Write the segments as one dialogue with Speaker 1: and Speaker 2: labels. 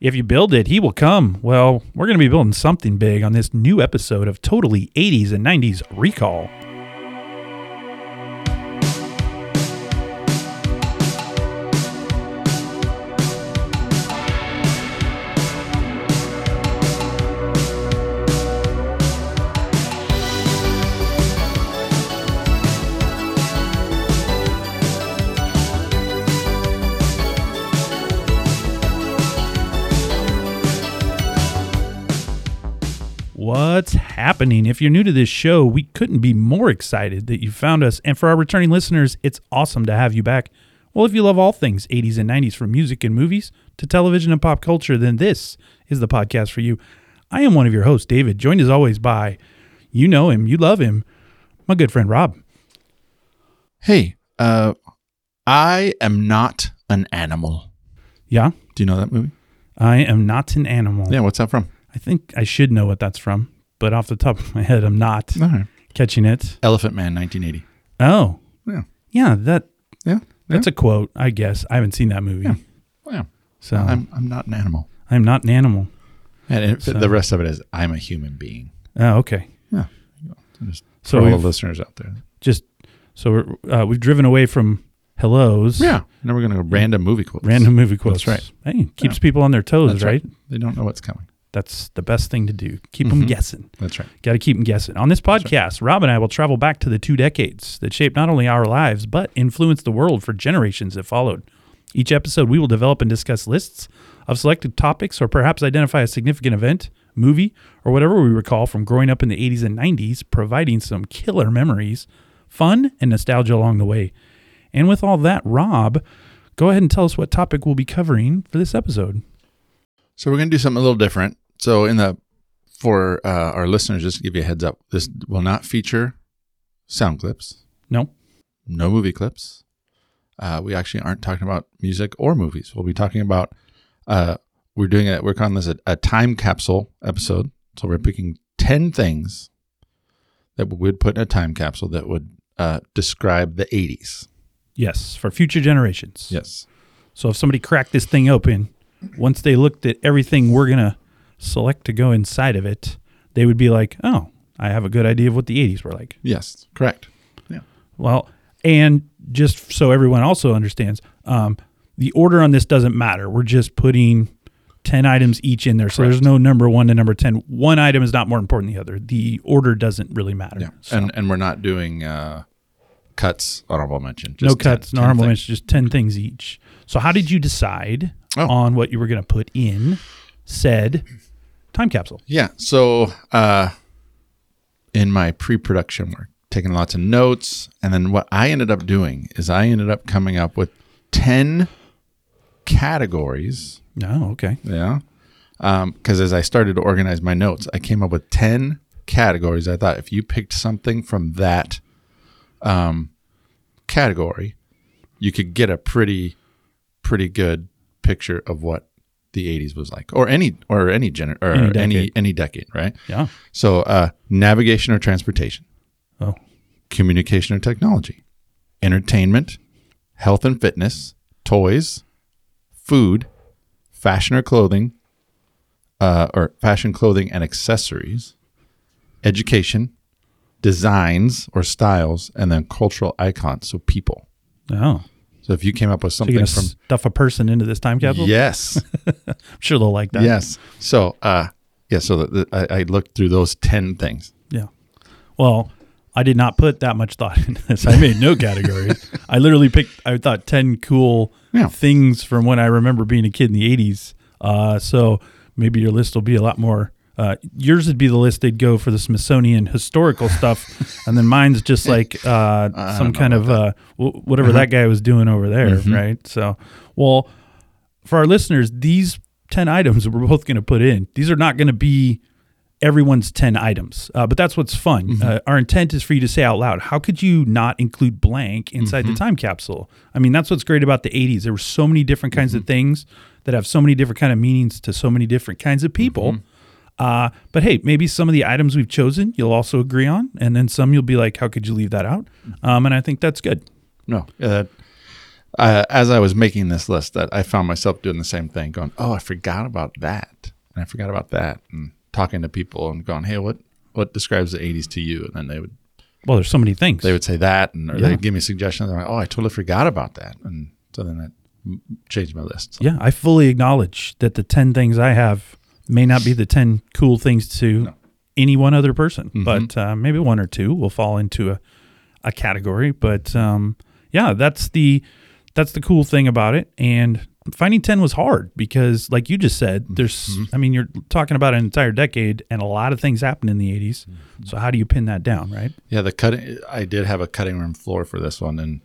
Speaker 1: If you build it, he will come. Well, we're going to be building something big on this new episode of Totally 80s and 90s Recall. What's happening? If you're new to this show, we couldn't be more excited that you found us. And for our returning listeners, it's awesome to have you back. Well, if you love all things 80s and 90s, from music and movies to television and pop culture, then this is the podcast for you. I am one of your hosts, David, joined as always by, you know him, you love him, my good friend Rob.
Speaker 2: Hey, uh, I am not an animal.
Speaker 1: Yeah,
Speaker 2: Do you know that movie?
Speaker 1: I am not an animal.
Speaker 2: Yeah, what's that from?
Speaker 1: I think I should know what that's from, but off the top of my head, I'm not
Speaker 2: All right.
Speaker 1: catching it.
Speaker 2: Elephant Man, 1980.
Speaker 1: Oh,
Speaker 2: Yeah.
Speaker 1: yeah, that
Speaker 2: Yeah.
Speaker 1: That's a quote, I guess. I haven't seen that movie.
Speaker 2: Yeah. Wow.
Speaker 1: So I'm,
Speaker 2: Uh, I'm, I'm not an animal.
Speaker 1: not an animal.
Speaker 2: And it,
Speaker 1: So-
Speaker 2: the rest of it is I'm a human being.
Speaker 1: Oh, okay.
Speaker 2: Yeah. Just
Speaker 1: So
Speaker 2: for all the
Speaker 1: we've-
Speaker 2: listeners out there.
Speaker 1: Just so we're, uh, we've driven away from hellos.
Speaker 2: Yeah. Now we're going to random movie quotes.
Speaker 1: Random movie quotes.
Speaker 2: That's
Speaker 1: right. Hey, keeps people on their toes,
Speaker 2: That's
Speaker 1: right?
Speaker 2: right. Mm-hmm. They don't know what's coming.
Speaker 1: That's the best thing to do. Keep them guessing.
Speaker 2: That's right.
Speaker 1: Got to keep them guessing. On this podcast, Rob and I will travel back to the two decades that shaped not only our lives, but influenced the world for generations that followed. Each episode, we will develop and discuss lists of selected topics or perhaps identify a significant event, movie, or whatever we recall from growing up in the 80s and 90s, providing some killer memories, fun, and nostalgia along the way. And with all that, Rob, go ahead and tell us what topic we'll be covering for this episode.
Speaker 2: So we're going to do something a little different. So in the for uh, our listeners, just to give you a heads up, this will not feature sound clips,
Speaker 1: No?
Speaker 2: no movie clips. Uh, we actually aren't talking about music or movies. We'll be talking about uh, we're doing it. We're calling this a, a time capsule episode. So we're picking ten things that we would put in a time capsule that would uh, describe the '80s.
Speaker 1: Yes, for future generations.
Speaker 2: Yes.
Speaker 1: So if somebody cracked this thing open, once they looked at everything we're gonna select to go inside of it, they would be like, "Oh, I have a good idea of what the '80s were like."
Speaker 2: Yes. Correct. Yeah.
Speaker 1: Well, and just so everyone also understands, um, the order on this doesn't matter. We're just putting ten items each in there, so there's
Speaker 2: Correct.
Speaker 1: no number one to number ten. One item is not more important than the other. The order doesn't really matter.
Speaker 2: Yeah.
Speaker 1: So
Speaker 2: And and we're not doing uh, cuts. Honorable mention.
Speaker 1: no
Speaker 2: Just 10
Speaker 1: cuts, no
Speaker 2: 10
Speaker 1: normal
Speaker 2: things.
Speaker 1: mentions, just ten things each. So how did you decide
Speaker 2: Oh.
Speaker 1: on what you were gonna put in said time capsule?
Speaker 2: Yeah. So uh, in my pre-production work, taking lots of notes, and then what I ended up doing is I ended up coming up with ten categories.
Speaker 1: No, okay.
Speaker 2: Yeah. Because as I started to organize my notes, I came up with ten categories. I thought if you picked something from that um, category, you could get a pretty, pretty good picture of what the '80s was like, or any, or any gener- or
Speaker 1: Any
Speaker 2: any any,
Speaker 1: decade.
Speaker 2: decade, right?
Speaker 1: Yeah.
Speaker 2: So, uh, navigation or transportation,
Speaker 1: Oh,
Speaker 2: communication or technology, entertainment, health and fitness, toys, food, fashion or clothing, uh, or fashion clothing and accessories, education, designs or styles, and then cultural icons, so people.
Speaker 1: oh.
Speaker 2: So, if you came up with
Speaker 1: So
Speaker 2: something
Speaker 1: you're gonna
Speaker 2: from
Speaker 1: stuff a person into this time capsule?
Speaker 2: yes,
Speaker 1: I'm sure they'll like that.
Speaker 2: yes, so uh, yeah, so the, the, I, I looked through those ten things.
Speaker 1: Yeah. Well, I did not put that much thought into this. I made no categories. I literally picked. I thought ten cool
Speaker 2: Yeah.
Speaker 1: things from when I remember being a kid in the '80s. Uh, so maybe your list will be a lot more. Uh, yours would be the list they'd go for the Smithsonian historical stuff, and then mine's just like uh, some kind of uh, w- whatever that guy was doing over there, right? So, well, for our listeners, these 10 items we're both going to put in, these are not going to be everyone's 10 items, uh, but that's what's fun. Uh, our intent is for you to say out loud, how could you not include blank inside the time capsule? I mean, that's what's great about the 80s. There were so many different kinds of things that have so many different kind of meanings to so many different kinds of people. Uh, but hey, maybe some of the items we've chosen you'll also agree on, and then some you'll be like, "How could you leave that out?" Um, and I think that's good.
Speaker 2: No, uh, uh, as I was making this list, that I found myself doing the same thing, going, "Oh, I forgot about that, and I forgot about that," and talking to people and going, "Hey, what what describes the '80s to you?" And then they would
Speaker 1: Well, there's so many things.
Speaker 2: they would say that, and or
Speaker 1: Yeah.
Speaker 2: they'd give me suggestions. I'm like, "Oh, I totally forgot about that," and so then I m- changed my list. So
Speaker 1: yeah, I fully acknowledge that the 10 things I have may not be the 10 cool things to any one other person, but uh, maybe one or two will fall into a, a category. But um, yeah, that's the that's the cool thing about it. And finding 10 was hard because, like you just said, there's, I mean, you're talking about an entire decade and a lot of things happened in the 80s. So, how do you pin that down, right?
Speaker 2: Yeah, the cutting. I did have a cutting room floor for this one, and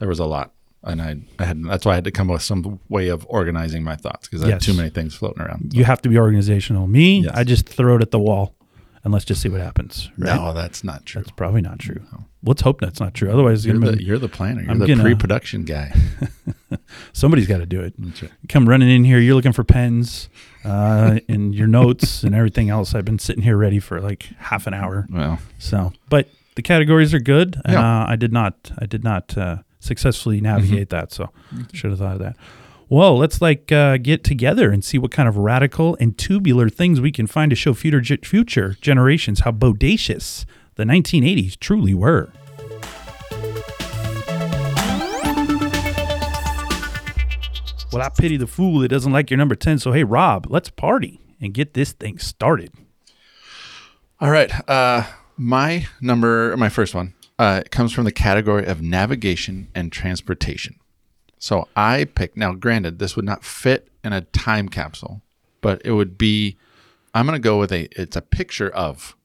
Speaker 2: there was a lot, and I, I had that's why I had to come up with some way of organizing my thoughts because I had
Speaker 1: Yes.
Speaker 2: too many things floating around.
Speaker 1: You have to be organizational. Me,
Speaker 2: Yes.
Speaker 1: I just throw it at the wall and let's just see what happens. Right?
Speaker 2: No, that's not true.
Speaker 1: That's probably not true. Let's hope that's not true. Otherwise, it's
Speaker 2: you're,
Speaker 1: gonna
Speaker 2: the,
Speaker 1: be-
Speaker 2: you're the planner. You're
Speaker 1: I'm
Speaker 2: the
Speaker 1: gonna-
Speaker 2: pre-production guy.
Speaker 1: somebody's got to do it.
Speaker 2: That's right.
Speaker 1: Come running in here. You're looking for pens uh, and your notes and everything else. I've been sitting here ready for like half an hour.
Speaker 2: Well,
Speaker 1: So, but the categories are good. And,
Speaker 2: Yeah.
Speaker 1: uh, I did not. I did not uh, successfully navigate that. So, should have thought of that. Well, let's like uh, get together and see what kind of radical and tubular things we can find to show future ge- future generations how bodacious the 1980s truly were. Well, I pity the fool that doesn't like your number 10. So, hey, Rob, let's party and get this thing started.
Speaker 2: all right. Uh, my number, my first one, uh, comes from the category of navigation and transportation. So I picked. Now, granted, this would not fit in a time capsule, but it would be. I'm going to go with a. It's a picture of,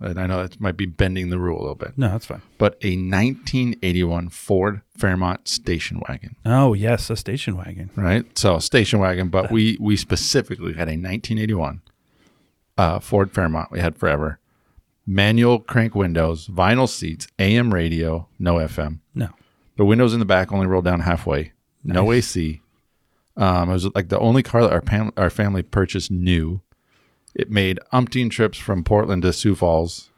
Speaker 2: and I know that might be bending the rule a little bit,
Speaker 1: No, that's fine.
Speaker 2: but a 1981 Ford Fairmont station wagon.
Speaker 1: Oh, yes, a station wagon.
Speaker 2: right? So station wagon, but we we specifically had a 1981 uh, Ford Fairmont. We had forever manual crank windows, vinyl seats, AM radio, no FM.
Speaker 1: No.
Speaker 2: The windows in the back only rolled down halfway. No AC. Um, it was like the only car that our pam- our family purchased new. It made umpteen trips from Portland to Sioux Falls.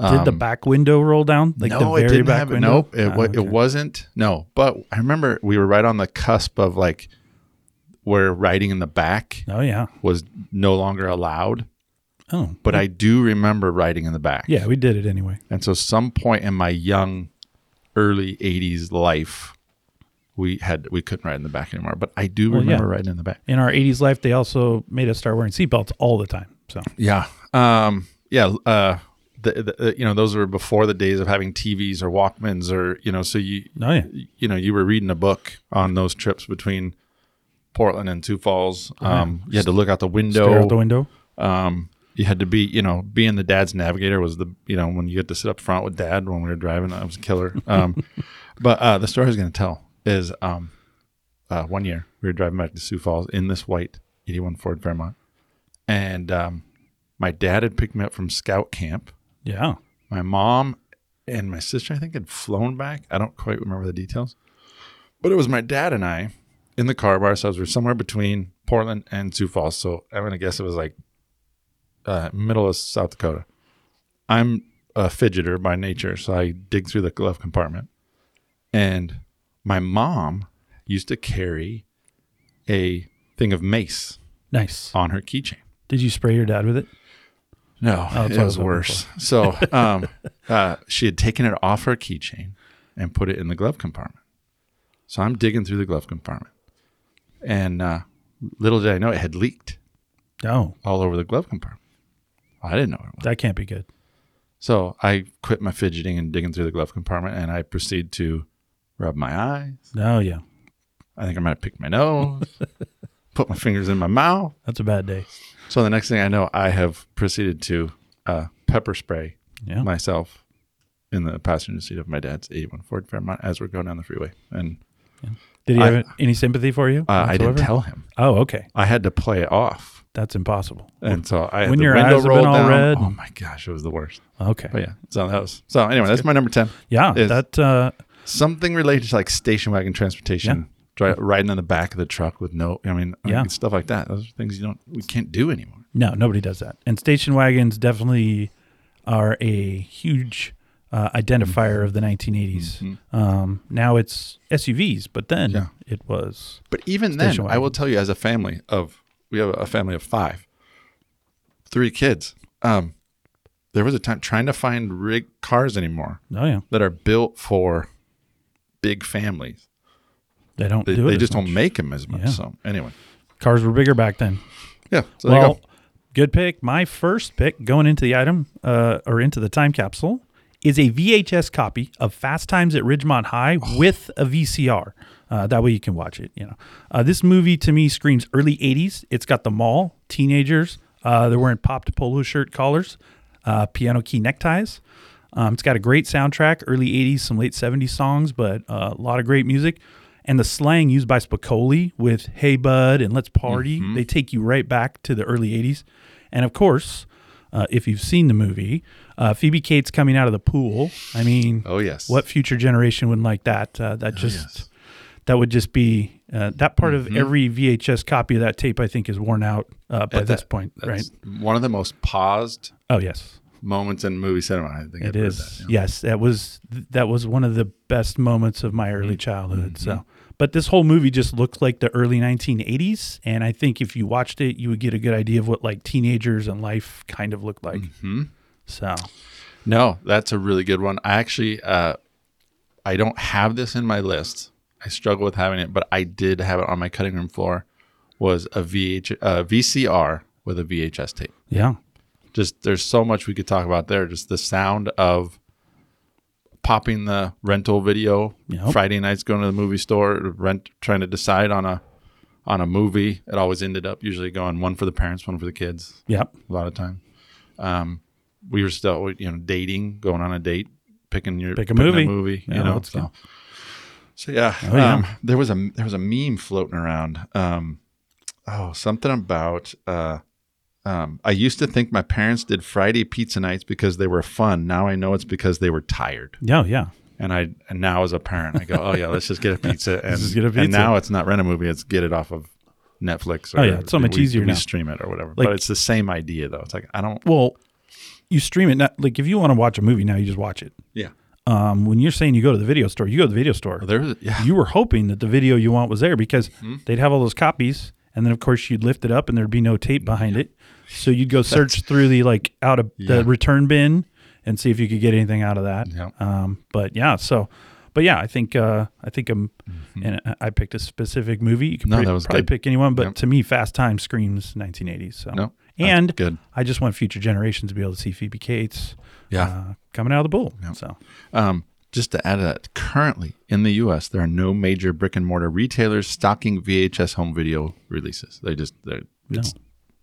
Speaker 1: Did the back window roll down? Like the very back
Speaker 2: have Um, it.
Speaker 1: window?
Speaker 2: Nope, it,
Speaker 1: Ah,
Speaker 2: wa-
Speaker 1: okay.
Speaker 2: it wasn't. No, but I remember we were right on the cusp of like where riding in the back
Speaker 1: Oh yeah.
Speaker 2: was no longer allowed.
Speaker 1: Oh.
Speaker 2: But I do remember riding in the back.
Speaker 1: Yeah, we did it anyway.
Speaker 2: And so, some point in my young, early '80s life, we had we couldn't ride in the back anymore. But I do
Speaker 1: yeah.
Speaker 2: remember riding in the back.
Speaker 1: In our 80s life, they also made us start wearing seatbelts all the time. So
Speaker 2: Yeah. Um, yeah. Uh, the, the, uh, you know, those were before the days of having TVs or Walkmans or, you know, so you,
Speaker 1: Oh, yeah.
Speaker 2: you know, you were reading a book on those trips between Portland and Sioux Falls.
Speaker 1: Oh,
Speaker 2: Um, you had to look out the
Speaker 1: stare
Speaker 2: window.
Speaker 1: out the window.
Speaker 2: um, you had to be, you know, being the dad's navigator was the, you know, when you get to sit up front with dad when we were driving, that was a killer. Um, but uh, the story I was going to tell is um, uh, one year we were driving back to Sioux Falls in this white 81 Ford Vermont. And um, my dad had picked me up from scout camp.
Speaker 1: Yeah.
Speaker 2: My mom and my sister, I think, had flown back. I don't quite remember the details. But it was my dad and I in the car by ourselves. We are somewhere between Portland and Sioux Falls. So I'm going to guess it was like uh, middle of South Dakota. I'm a fidgeter by nature. So I dig through the glove compartment. And my mom used to carry a thing of mace
Speaker 1: Nice.
Speaker 2: on her keychain.
Speaker 1: Did you spray your dad with it?
Speaker 2: No,
Speaker 1: Oh, that's
Speaker 2: it
Speaker 1: what I was
Speaker 2: was
Speaker 1: hoping
Speaker 2: worse. So um, uh, she had taken it off her keychain and put it in the glove compartment. So I'm digging through the glove compartment, and uh, little did I know it had leaked
Speaker 1: No,
Speaker 2: all over the glove compartment. I didn't know what it was.
Speaker 1: that can't be good.
Speaker 2: So I quit my fidgeting and digging through the glove compartment, and I proceed to rub my eyes.
Speaker 1: Oh yeah,
Speaker 2: I think I might have picked my nose, put my fingers in my mouth.
Speaker 1: that's a bad day.
Speaker 2: So the next thing I know, I have proceeded to uh, pepper spray
Speaker 1: Yeah.
Speaker 2: myself in the passenger seat of my dad's 81 Ford Fairmont as we're going down the freeway. And
Speaker 1: Did he
Speaker 2: I-
Speaker 1: have any sympathy for you?
Speaker 2: uh, I didn't
Speaker 1: whatsoever?
Speaker 2: tell him.
Speaker 1: Oh, okay.
Speaker 2: I had to play it off.
Speaker 1: That's impossible.
Speaker 2: And so I had
Speaker 1: When
Speaker 2: the
Speaker 1: your
Speaker 2: window
Speaker 1: eyes have been
Speaker 2: rolled
Speaker 1: all
Speaker 2: down.
Speaker 1: red.
Speaker 2: Oh my gosh, it was the worst.
Speaker 1: Okay.
Speaker 2: But Oh, yeah, so that was so. Anyway, that's, my number ten.
Speaker 1: Yeah.
Speaker 2: Is-
Speaker 1: that uh,
Speaker 2: Something related to like station wagon transportation, dri- riding in the back of the truck with no. I mean, I
Speaker 1: Yeah.
Speaker 2: mean, stuff like that. Those are things you don't. We can't do anymore.
Speaker 1: No, nobody does that. And station wagons definitely are a huge uh,
Speaker 2: Mm-hmm.
Speaker 1: identifier of the 1980s. Um, now it's SUVs, but then
Speaker 2: Yeah.
Speaker 1: it was
Speaker 2: But even then,
Speaker 1: Station
Speaker 2: I will tell you, as a family of we have a family of five, three kids. Um, there was a time trying to find rig cars anymore
Speaker 1: oh yeah
Speaker 2: that are built for big families.
Speaker 1: they don't
Speaker 2: They,
Speaker 1: do it.
Speaker 2: they
Speaker 1: as
Speaker 2: just
Speaker 1: much.
Speaker 2: don't make them as much.
Speaker 1: Yeah.
Speaker 2: So anyway,
Speaker 1: cars were bigger back then.
Speaker 2: yeah. So there you
Speaker 1: well,
Speaker 2: go.
Speaker 1: good pick. My first pick going into the item uh, or into the time capsule is a VHS copy of Fast Times at Ridgemont High
Speaker 2: Oh.
Speaker 1: with a VCR. Uh, that way you can watch it. You know, uh, this movie to me screams early '80s. It's got the mall, teenagers. Uh, they're wearing popped polo shirt collars, uh, piano key neckties. Um, it's got a great soundtrack, early 80s, some late 70s songs, but uh, a lot of great music. And the slang used by Spicoli with Hey Bud and Let's Party,
Speaker 2: Mm-hmm.
Speaker 1: they take you right back to the early 80s. And of course, uh, if you've seen the movie, uh, Phoebe Cates coming out of the pool. I mean,
Speaker 2: Oh yes. Oh,
Speaker 1: what future generation wouldn't like that? Uh, that just
Speaker 2: yes. Mm-hmm.
Speaker 1: that would just be uh, that part of every VHS copy of that tape. I think is worn out uh, by
Speaker 2: At
Speaker 1: this
Speaker 2: that-
Speaker 1: point, right?
Speaker 2: That's One of the most paused
Speaker 1: Oh yes,
Speaker 2: moments in movie cinema. I think I've
Speaker 1: It
Speaker 2: heard
Speaker 1: is.
Speaker 2: that, yeah.
Speaker 1: Yes, that was th- that was one of the best moments of my
Speaker 2: Mm-hmm.
Speaker 1: early childhood. So, but this whole movie just looks like the early 1980s, and I think if you watched it, you would get a good idea of what like teenagers and life kind of looked like.
Speaker 2: Mm-hmm.
Speaker 1: So,
Speaker 2: No, that's a really good one. I actually, uh, I don't have this in my list. I struggle with having it, but I did have it on my cutting room floor. Was a VH, uh, VCR with a VHS tape.
Speaker 1: yeah,
Speaker 2: Just there's so much we could talk about there. Just the sound of popping the rental video.
Speaker 1: Yep.
Speaker 2: Friday nights going to the movie store, rent trying to decide on a on a movie. It always ended up usually going one for the parents, one for the kids
Speaker 1: yep,
Speaker 2: a lot of time. Um, we were still, you know, dating, going on a date, picking your
Speaker 1: Pick a
Speaker 2: picking
Speaker 1: movie.
Speaker 2: you
Speaker 1: Yeah,
Speaker 2: know.
Speaker 1: let's
Speaker 2: So,
Speaker 1: go.
Speaker 2: so yeah,
Speaker 1: yeah.
Speaker 2: um, there was a there was a meme floating around. Um, oh, something about. Uh, um, I used to think my parents did Friday pizza nights because they were fun. Now I know it's because they were tired.
Speaker 1: yeah, yeah.
Speaker 2: And I and now as a parent, I go, oh yeah, let's just get a pizza. And,
Speaker 1: just get a
Speaker 2: and
Speaker 1: pizza.
Speaker 2: now it's not rent a movie; it's get it off of Netflix. Or
Speaker 1: Oh, yeah, it's so much
Speaker 2: we-
Speaker 1: easier
Speaker 2: We
Speaker 1: now.
Speaker 2: stream it or whatever.
Speaker 1: Like-
Speaker 2: but it's the same idea though. It's like I don't.
Speaker 1: Well, you stream it. Not, like if you want to watch a movie now, you just watch it.
Speaker 2: Yeah.
Speaker 1: Um, when you're saying you go to the video store, you go to the video store.
Speaker 2: There was yeah.
Speaker 1: you were hoping that the video you want was there because
Speaker 2: Hmm?
Speaker 1: they'd have all those copies and then of course you'd lift it up and there'd be no tape behind it so you'd go search through the like out of
Speaker 2: Yeah.
Speaker 1: the return bin and see if you could get anything out of that
Speaker 2: Yeah.
Speaker 1: um, but yeah so but yeah i think uh, i think um and i I picked a specific movie you could
Speaker 2: Mm-hmm. No,
Speaker 1: pre-
Speaker 2: that was
Speaker 1: probably
Speaker 2: good.
Speaker 1: pick anyone but
Speaker 2: Yep.
Speaker 1: to me fast time screams 1980s so
Speaker 2: No, that's
Speaker 1: and
Speaker 2: good.
Speaker 1: i just want future generations to be able to see phoebe cates
Speaker 2: Yeah.
Speaker 1: uh, coming out of the bull so
Speaker 2: Um, just to add to that, currently in the U.S., there are no major brick and mortar retailers stocking VHS home video releases. They just they're, it's,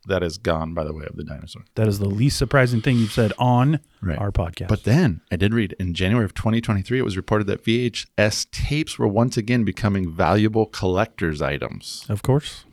Speaker 2: that is gone by the way of the dinosaur.
Speaker 1: that is the least surprising thing you've said on
Speaker 2: Right.
Speaker 1: our podcast
Speaker 2: But then I did read in January of 2023, it was reported that VHS tapes were once again becoming valuable collectors' items.
Speaker 1: Of course.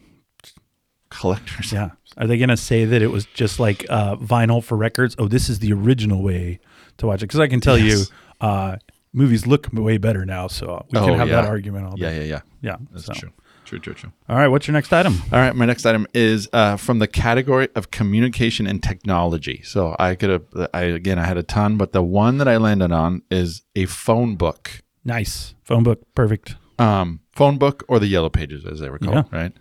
Speaker 2: Collectors.
Speaker 1: Yeah. Are they going to say that it was just like uh, vinyl for records? Oh, this is the original way to watch it. Because I can tell
Speaker 2: Yes.
Speaker 1: you, uh, movies look way better now. So we
Speaker 2: Oh,
Speaker 1: can have
Speaker 2: yeah.
Speaker 1: that argument all day.
Speaker 2: Yeah, yeah, yeah.
Speaker 1: Yeah.
Speaker 2: That's
Speaker 1: so.
Speaker 2: true. True, true, true.
Speaker 1: All right. What's your next item?
Speaker 2: All right, my next item is uh, from the category of communication and technology. So I could have, I again, I had a ton, but the one that I landed on is a phone book,
Speaker 1: Nice. Phone book. Perfect.
Speaker 2: um, phone book or the yellow pages, as they were called, right?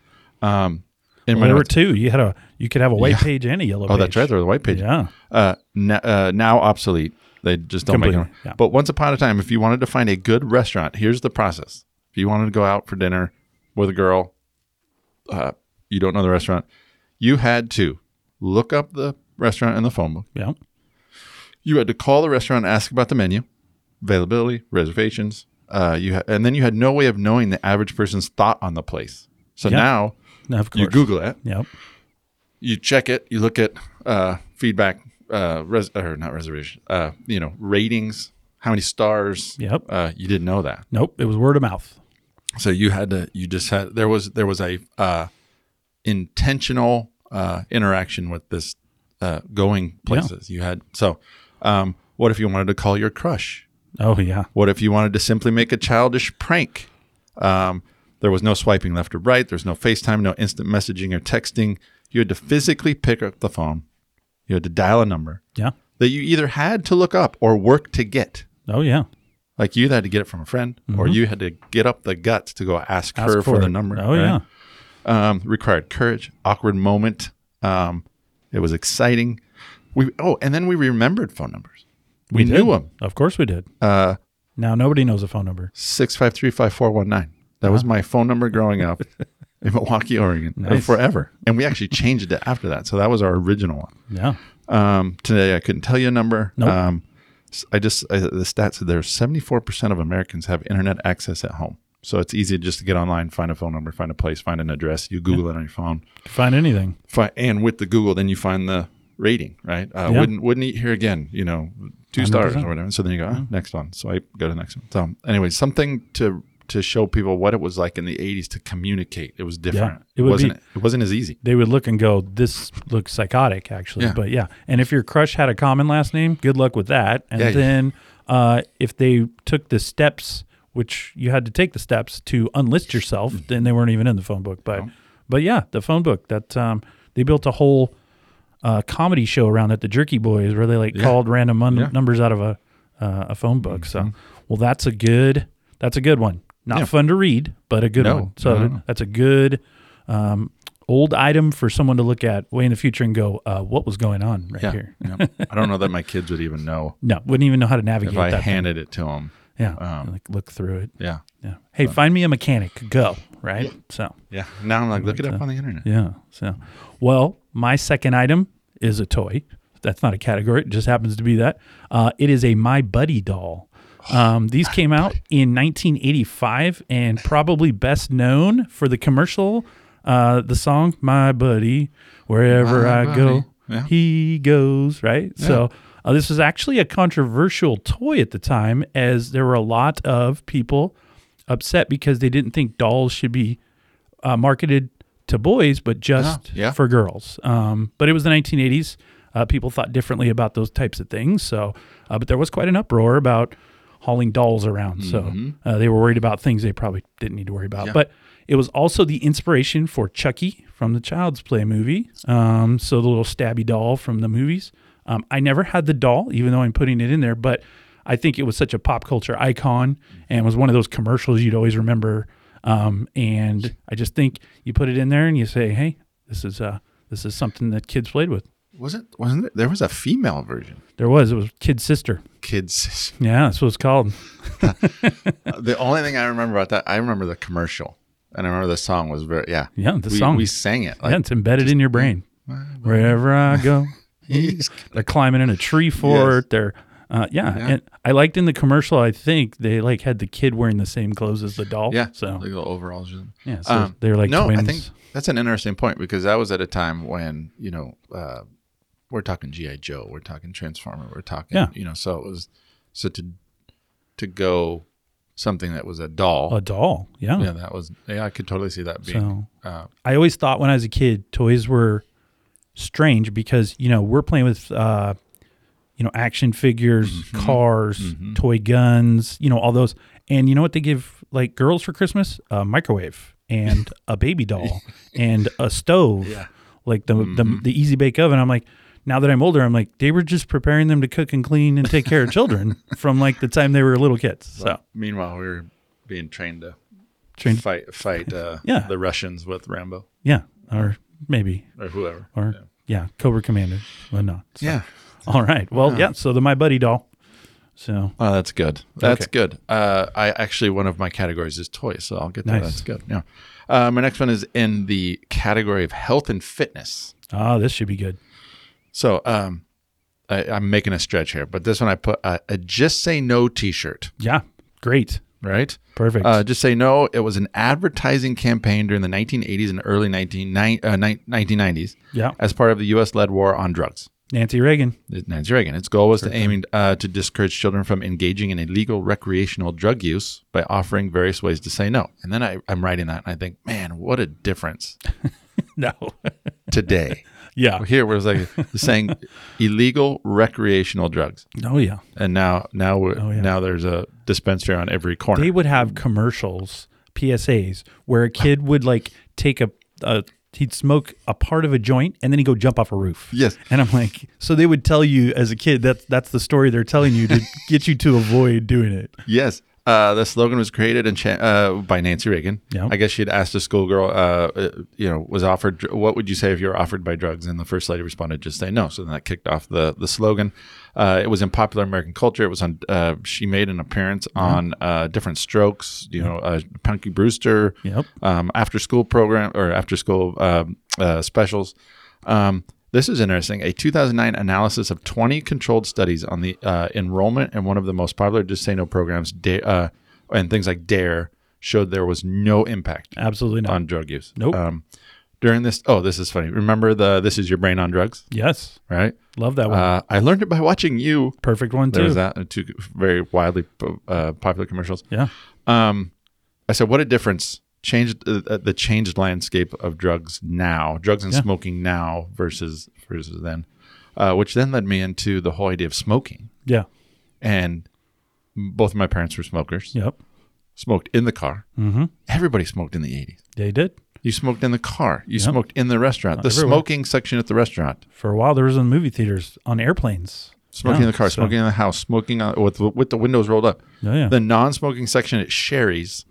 Speaker 2: Um, in my
Speaker 1: There were
Speaker 2: notes-
Speaker 1: two. You had a. You could have a white
Speaker 2: Yeah.
Speaker 1: page and a yellow.
Speaker 2: oh, that's right, there were the white pages.
Speaker 1: Yeah.
Speaker 2: Uh, na- uh, now obsolete. They just don't make
Speaker 1: Completely,
Speaker 2: them.
Speaker 1: yeah.
Speaker 2: But once upon a time, if you wanted to find a good restaurant, here's the process. If you wanted to go out for dinner with a girl, uh, you don't know the restaurant, you had to look up the restaurant in the phone book.
Speaker 1: Yeah.
Speaker 2: You had to call the restaurant and ask about the menu, availability, reservations. Uh, you ha- and then you had no way of knowing the average person's thought on the place. So
Speaker 1: Yeah,
Speaker 2: now
Speaker 1: No, of course.
Speaker 2: you Google it,
Speaker 1: Yep.
Speaker 2: you check it, you look at uh, feedback, uh, res- or not reservation, uh, you know, ratings, how many stars.
Speaker 1: Yep.
Speaker 2: Uh, you didn't know that,
Speaker 1: Nope. It was word of mouth.
Speaker 2: so you had to. You just had there was there was a uh, intentional uh, interaction with this uh, going places. You had so. Um, what if you wanted to call your crush?
Speaker 1: Oh yeah.
Speaker 2: What if you wanted to simply make a childish prank? Um, there was no swiping left or right. There's no FaceTime, no instant messaging or texting. You had to physically pick up the phone. You had to dial a number,
Speaker 1: Yeah.
Speaker 2: that you either had to look up or work to get.
Speaker 1: Oh yeah.
Speaker 2: Like you had to get it from a friend, or you had to get up the guts to go ask,
Speaker 1: Mm-hmm. Ask
Speaker 2: her for,
Speaker 1: for
Speaker 2: the
Speaker 1: it.
Speaker 2: number.
Speaker 1: Oh
Speaker 2: right?
Speaker 1: yeah.
Speaker 2: um, required courage, awkward moment. Um, it was exciting. We oh, and then we remembered phone numbers. We,
Speaker 1: did.
Speaker 2: knew them.
Speaker 1: Of course we did.
Speaker 2: Uh,
Speaker 1: Now nobody knows a phone number.
Speaker 2: Six five three five four one nine. That was my phone number growing up in Milwaukee, Oregon,
Speaker 1: Uh-huh. Nice.
Speaker 2: forever. And we actually changed it after that. So that was our original one.
Speaker 1: Yeah.
Speaker 2: Um, today I couldn't tell you a number.
Speaker 1: Nope.
Speaker 2: Um, s- I just I, the stats said there's 74% of Americans have internet access at home. So it's easy just to get online, find a phone number, find a place, find an address. You Google it on your phone.
Speaker 1: Could Find anything.
Speaker 2: fi- and with the Google, then you find the rating, right? Uh,
Speaker 1: Yeah.
Speaker 2: Wouldn't wouldn't eat here again, you know, 2 stars
Speaker 1: 100%.
Speaker 2: or whatever. So then you go ah, next one. So I go to next one. So um, anyway, something to to show people what it was like in the '80s to communicate. It was different.
Speaker 1: it
Speaker 2: It,
Speaker 1: would
Speaker 2: wasn't it wasn't as easy.
Speaker 1: They would look and go, "This looks psychotic, actually."
Speaker 2: Yeah.
Speaker 1: But yeah, and if your crush had a common last name, good luck with that. And
Speaker 2: Yeah, yeah.
Speaker 1: then, uh, if they took the steps, which you had to take the steps to unlist yourself,
Speaker 2: Mm-hmm.
Speaker 1: then they weren't even in the phone book. But, but yeah, the phone book that um, they built a whole uh, comedy show around it, the Jerky Boys, where they like called random mon-
Speaker 2: Yeah. Mm-hmm.
Speaker 1: numbers out of a uh, a phone book. So, well, that's a good that's a good one. Not
Speaker 2: Yeah.
Speaker 1: fun to read, but a good
Speaker 2: No,
Speaker 1: one. So
Speaker 2: no, no.
Speaker 1: that's a good um, old item for someone to look at way in the future and go, uh, what was going on right
Speaker 2: Yeah.
Speaker 1: here?
Speaker 2: yeah. I don't know that my kids would even know
Speaker 1: No, wouldn't even know how to
Speaker 2: if
Speaker 1: navigate
Speaker 2: I
Speaker 1: that. thing.
Speaker 2: handed it to them.
Speaker 1: yeah,
Speaker 2: um,
Speaker 1: like look through it.
Speaker 2: Yeah.
Speaker 1: Yeah. Hey, find me a mechanic. Go right. So
Speaker 2: Yeah. Now I'm like, look it up
Speaker 1: uh,
Speaker 2: on the internet.
Speaker 1: yeah. So, well, my second item is a toy. That's not a category. It just happens to be that. Uh, it is a My Buddy doll. Um, these came out in 1985 and probably best known for the commercial, uh, the song My Buddy, Wherever
Speaker 2: My
Speaker 1: I
Speaker 2: Buddy.
Speaker 1: Go,
Speaker 2: Yeah.
Speaker 1: He Goes, right? So, uh, this was actually a controversial toy at the time as there were a lot of people upset because they didn't think dolls should be uh, marketed to boys, but just
Speaker 2: Yeah, yeah.
Speaker 1: for girls. Um, but it was the 1980s. Uh, people thought differently about those types of things. So, uh, but there was quite an uproar about hauling dolls around. So uh, they were worried about things they probably didn't need to worry about. But it was also the inspiration for Chucky from the Child's Play movie. Um, so the little stabby doll from the movies. Um, I never had the doll, even though I'm putting it in there, but I think it was such a pop culture icon and was one of those commercials you'd always remember. Um, and I just think you put it in there and you say, "Hey, this is uh, this is something that kids played with."
Speaker 2: Wasn't wasn't it? There was a female version.
Speaker 1: There was it was Kid Sister.
Speaker 2: Kids.
Speaker 1: Yeah, that's what it's called.
Speaker 2: the only thing I remember about that, I remember the commercial, and I remember the song was very yeah.
Speaker 1: Yeah, the
Speaker 2: we,
Speaker 1: song.
Speaker 2: we sang it
Speaker 1: yeah,
Speaker 2: like
Speaker 1: it's embedded in your brain. Wherever I go,
Speaker 2: he's
Speaker 1: they're climbing in a tree for
Speaker 2: Yes.
Speaker 1: it. They're uh, yeah.
Speaker 2: Yeah.
Speaker 1: and I liked in the commercial. I think they like had the kid wearing the same clothes as the doll.
Speaker 2: Yeah.
Speaker 1: so
Speaker 2: Like the overalls. and-
Speaker 1: yeah, so they were like
Speaker 2: no,
Speaker 1: twins.
Speaker 2: I think that's an interesting point because that was at a time when, you know, uh, we're talking G.I. Joe, we're talking Transformer, we're talking,
Speaker 1: Yeah.
Speaker 2: you know, so it was, so to, to go something that was a doll.
Speaker 1: a doll. Oh, Yeah,
Speaker 2: yeah, that was, yeah, I could totally see that being,
Speaker 1: so.
Speaker 2: uh,
Speaker 1: I always thought when I was a kid, toys were strange because you know we're playing with uh, you know action figures, cars, toy guns, you know all those. And you know what they give like girls for Christmas? A microwave and a baby doll and a stove, like the, the the easy bake oven. I'm like. Now that I'm older, I'm like they were just preparing them to cook and clean and take care of children from like the time they were little kids. So
Speaker 2: meanwhile, we were being trained to
Speaker 1: Trained-
Speaker 2: fight, fight, uh,
Speaker 1: Yeah.
Speaker 2: the Russians with Rambo
Speaker 1: yeah, or maybe
Speaker 2: or whoever.
Speaker 1: or yeah, Cobra Commander, whatnot. So.
Speaker 2: yeah.
Speaker 1: All right. Well, yeah. So the My Buddy doll. So
Speaker 2: Oh, that's good. That's
Speaker 1: Okay.
Speaker 2: good. Uh, I actually one of my categories is toys, so I'll get that.
Speaker 1: Nice.
Speaker 2: That's good. Yeah. Uh, my next one is in the category of health and fitness.
Speaker 1: ah, this should be good.
Speaker 2: So um, I, I'm making a stretch here, but this one I put uh, a "Just Say No" T-shirt.
Speaker 1: Yeah. Great.
Speaker 2: Right.
Speaker 1: Perfect.
Speaker 2: Uh, just say no. It was an advertising campaign during the 1980s and early 19, uh, ni- 1990s
Speaker 1: yeah.
Speaker 2: as part of the U.S.-led war on drugs.
Speaker 1: Nancy Reagan.
Speaker 2: It's Nancy Reagan. Its goal was to aiming uh, to discourage children from engaging in illegal recreational drug use by offering various ways to say no. And then I, I'm writing that and I think, man, what a difference
Speaker 1: No.
Speaker 2: today.
Speaker 1: yeah.
Speaker 2: Here was like saying illegal recreational drugs,
Speaker 1: Oh yeah.
Speaker 2: and now now we're,
Speaker 1: yeah.
Speaker 2: now there's a dispensary on every corner.
Speaker 1: They would have commercials, PSAs, where a kid would like take a, a he'd smoke a part of a joint and then he'd go jump off a roof.
Speaker 2: Yes.
Speaker 1: And I'm like, so they would tell you as a kid that's that's the story they're telling you to get you to avoid doing it.
Speaker 2: Yes. Uh, the slogan was created and cha- uh, by Nancy Reagan.
Speaker 1: Yeah.
Speaker 2: I guess she'd asked a schoolgirl, uh, uh, you know, was offered, dr- what would you say if you were offered by drugs? And the first lady responded, just say no. So then that kicked off the, the slogan. Uh, it was in popular American culture. It was on, uh, she made an appearance on uh, different strokes, you know, uh, Punky Brewster,
Speaker 1: Yep.
Speaker 2: um, after school program or after school um, uh, specials. Um, this is interesting. A 2009 analysis of 20 controlled studies on the uh, enrollment in one of the most popular Desano programs da- uh, and things like DARE showed there was no impact
Speaker 1: Absolutely not.
Speaker 2: on drug use.
Speaker 1: Nope.
Speaker 2: Um, during this, oh, this is funny. Remember the This Is Your Brain on Drugs,
Speaker 1: yes.
Speaker 2: right?
Speaker 1: Love that one.
Speaker 2: Uh, I learned it by watching you.
Speaker 1: Perfect one
Speaker 2: There
Speaker 1: too.
Speaker 2: was that, uh, two very widely uh, popular commercials.
Speaker 1: Yeah.
Speaker 2: Um, I said, what a difference changed uh, the changed landscape of drugs now, drugs and
Speaker 1: Yeah.
Speaker 2: smoking now versus versus then, uh, which then led me into the whole idea of smoking.
Speaker 1: Yeah.
Speaker 2: And both of my parents were smokers.
Speaker 1: Yep.
Speaker 2: Smoked in the car.
Speaker 1: Mhm.
Speaker 2: Everybody smoked in the eighties.
Speaker 1: They did.
Speaker 2: You smoked in the car. You
Speaker 1: Yep.
Speaker 2: smoked in the restaurant. The
Speaker 1: everywhere.
Speaker 2: smoking section at the restaurant.
Speaker 1: For a while there was in movie theaters, on airplanes.
Speaker 2: Smoking
Speaker 1: Yeah,
Speaker 2: in the car.
Speaker 1: so-
Speaker 2: Smoking in the house. Smoking on, with with the windows rolled up.
Speaker 1: Oh, yeah.
Speaker 2: the non-smoking section at Sherry's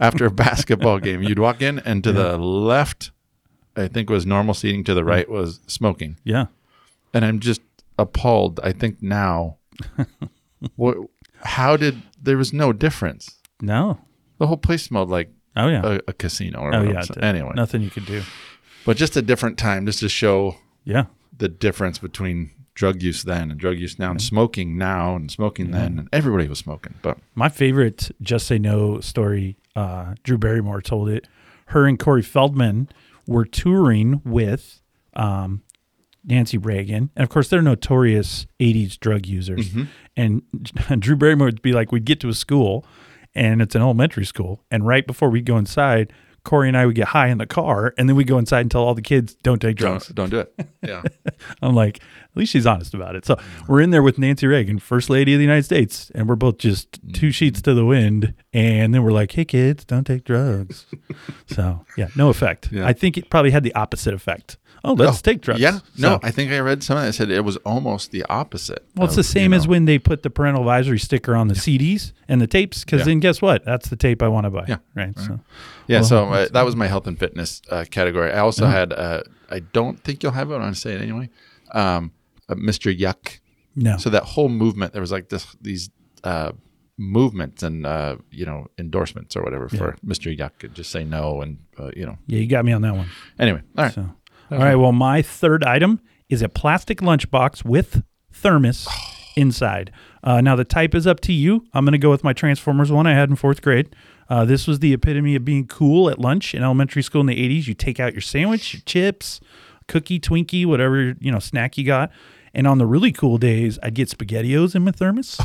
Speaker 2: after a basketball game. You'd walk in, and to the left, I think was normal seating. To the right was smoking,
Speaker 1: yeah.
Speaker 2: and I'm just appalled. I think now, what? How did there was no difference?
Speaker 1: No.
Speaker 2: The whole place smelled like
Speaker 1: Oh yeah.
Speaker 2: a, a casino. Or
Speaker 1: oh
Speaker 2: whatever.
Speaker 1: yeah. it
Speaker 2: So
Speaker 1: did.
Speaker 2: anyway,
Speaker 1: Nothing you could do.
Speaker 2: but just a different time, just to show
Speaker 1: Yeah.
Speaker 2: the difference between drug use then and drug use now, and smoking now and smoking then, and everybody was smoking. But
Speaker 1: My favorite Just Say No story, uh, Drew Barrymore told it. Her and Corey Feldman were touring with um, Nancy Reagan. And of course, they're notorious 80s drug users. And Drew Barrymore would be like, we'd get to a school, and it's an elementary school. And right before we go inside, Corey and I would get high in the car, and then we go inside and tell all the kids, don't take drugs.
Speaker 2: don't don't do it. Yeah.
Speaker 1: I'm like, at least she's honest about it. So we're in there with Nancy Reagan, first lady of the United States, and we're both just
Speaker 2: Mm-hmm.
Speaker 1: two sheets to the wind. And then we're like, hey, kids, don't take drugs. so, yeah, no effect.
Speaker 2: Yeah.
Speaker 1: I think it probably had the opposite effect. Oh, let's
Speaker 2: Oh,
Speaker 1: take drugs.
Speaker 2: Yeah. No,
Speaker 1: So-
Speaker 2: I think I read something that said it was almost the opposite.
Speaker 1: well, it's
Speaker 2: of,
Speaker 1: the
Speaker 2: you
Speaker 1: same
Speaker 2: know,
Speaker 1: as when they put the parental advisory sticker on the CDs and the tapes, because
Speaker 2: Yeah.
Speaker 1: then guess what? That's the tape I want to buy.
Speaker 2: Yeah.
Speaker 1: Right. So, well,
Speaker 2: Yeah.
Speaker 1: Uh-huh.
Speaker 2: so uh, that was my health and fitness uh, category. I also had. Uh, I don't think you'll have it. I'm gonna say it anyway. Um, uh, Mr. Yuck.
Speaker 1: no.
Speaker 2: So that whole movement, there was like this these uh, movements and uh, you know endorsements or whatever for Mr. Yuck. and Just say no and uh, you know.
Speaker 1: yeah, you got me on that one.
Speaker 2: Anyway, all right.
Speaker 1: So, all right. Well, my third item is a plastic lunchbox with thermos inside. Uh, now, the type is up to you. I'm going to go with my Transformers one I had in fourth grade. Uh, this was the epitome of being cool at lunch in elementary school in the 80s. You take out your sandwich, your chips, cookie, Twinkie, whatever you know snack you got. And on the really cool days, I'd get SpaghettiOs in my thermos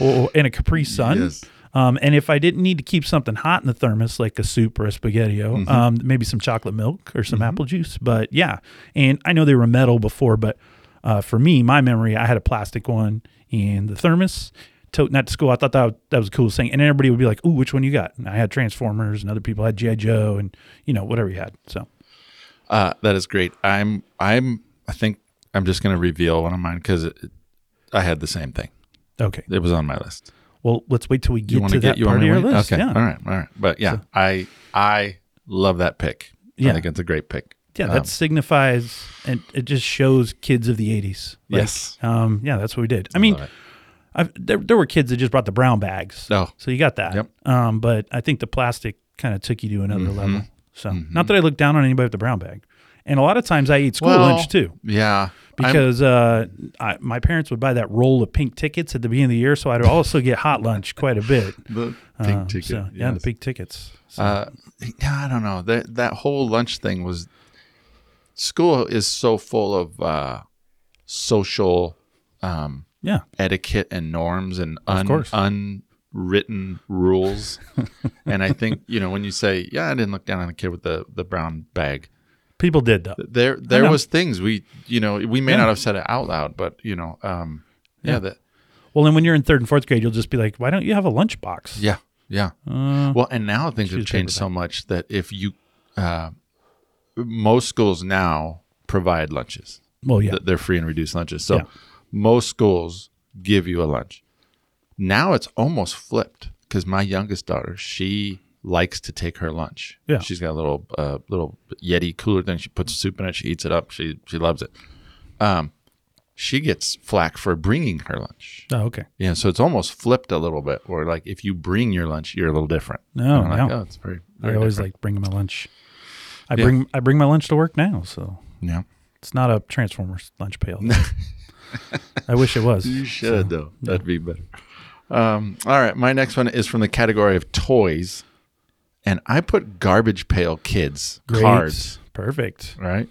Speaker 1: or, and a Capri Sun.
Speaker 2: Yes.
Speaker 1: Um, and if I didn't need to keep something hot in the thermos, like a soup or a spaghettio, um,
Speaker 2: Mm-hmm.
Speaker 1: maybe some chocolate milk or some apple juice. But yeah, and I know they were metal before, but uh, for me, my memory, I had a plastic one in the thermos. Tote that to school. I thought that that was the coolest thing, and everybody would be like, "Ooh, which one you got?" And I had Transformers, and other people had GI Joe, and you know whatever you had. So
Speaker 2: Uh, that is great. I'm. I'm. I think I'm just gonna reveal one of mine because I had the same thing.
Speaker 1: okay,
Speaker 2: It was on my list.
Speaker 1: well let's wait till we
Speaker 2: you
Speaker 1: get
Speaker 2: want
Speaker 1: to
Speaker 2: to get
Speaker 1: that
Speaker 2: you
Speaker 1: part
Speaker 2: on
Speaker 1: of your
Speaker 2: your way?
Speaker 1: list.
Speaker 2: Okay,
Speaker 1: Yeah,
Speaker 2: all right, all right. But yeah, I I love that pick.
Speaker 1: Yeah.
Speaker 2: I think it's a great pick.
Speaker 1: yeah, that
Speaker 2: Um,
Speaker 1: signifies and it just shows kids of the '80s. Like,
Speaker 2: yes.
Speaker 1: Um, yeah, that's what we did. I mean,
Speaker 2: love it.
Speaker 1: I've, there, there were kids that just brought the brown bags.
Speaker 2: Oh.
Speaker 1: So you got that.
Speaker 2: Yep. Mm-hmm.
Speaker 1: Um, but I think the plastic kind of took you to another level. So not that I look down on anybody with the brown bag. And a lot of times I eat school
Speaker 2: Well,
Speaker 1: lunch too
Speaker 2: Yeah, I'm-
Speaker 1: because uh, I, my parents would buy that roll of pink tickets at the beginning of the year. So I'd also get hot lunch quite a bit.
Speaker 2: the pink
Speaker 1: Um,
Speaker 2: ticket.
Speaker 1: so, Yeah, the
Speaker 2: yes.
Speaker 1: pink tickets. So,
Speaker 2: Uh, yeah, I don't know. That that whole lunch thing was. School is so full of uh, social um,
Speaker 1: yeah.
Speaker 2: etiquette and norms and un,
Speaker 1: course.
Speaker 2: unwritten rules. and I think you know when you say, "Yeah, I didn't look down on the kid with the the brown bag."
Speaker 1: People did though.
Speaker 2: there there
Speaker 1: know.
Speaker 2: was things we you know we may
Speaker 1: Yeah.
Speaker 2: not have said it out loud but you know um yeah, that
Speaker 1: Well, and when you're in third and fourth grade, you'll just be like, why don't you have a lunchbox?
Speaker 2: yeah yeah
Speaker 1: Uh,
Speaker 2: well and now things have
Speaker 1: Choose paper
Speaker 2: changed so much that if you uh most schools now provide lunches.
Speaker 1: Well, yeah.
Speaker 2: Th- They're free and reduced lunches. So
Speaker 1: Yeah.
Speaker 2: most schools give you a lunch. Now it's almost flipped because my youngest daughter, she likes to take her lunch.
Speaker 1: Yeah.
Speaker 2: She's got a little uh, little Yeti cooler thing. She puts soup in it. She eats it up. She she loves it. Um, she gets flack for bringing her lunch.
Speaker 1: Oh, okay.
Speaker 2: Yeah, so it's almost flipped a little bit. Or like if you bring your lunch, you're a little different.
Speaker 1: No,
Speaker 2: And I'm like,
Speaker 1: no.
Speaker 2: oh, it's very.
Speaker 1: I
Speaker 2: very
Speaker 1: always
Speaker 2: different.
Speaker 1: like bringing my lunch. I
Speaker 2: Yeah.
Speaker 1: bring I bring my lunch to work now, so
Speaker 2: Yeah.
Speaker 1: it's not a Transformers lunch pail. I wish it was.
Speaker 2: You should though. That'd be better. Um, all right, my next one is from the category of toys, and I put garbage pail kids
Speaker 1: Great.
Speaker 2: cards.
Speaker 1: Perfect.
Speaker 2: Right.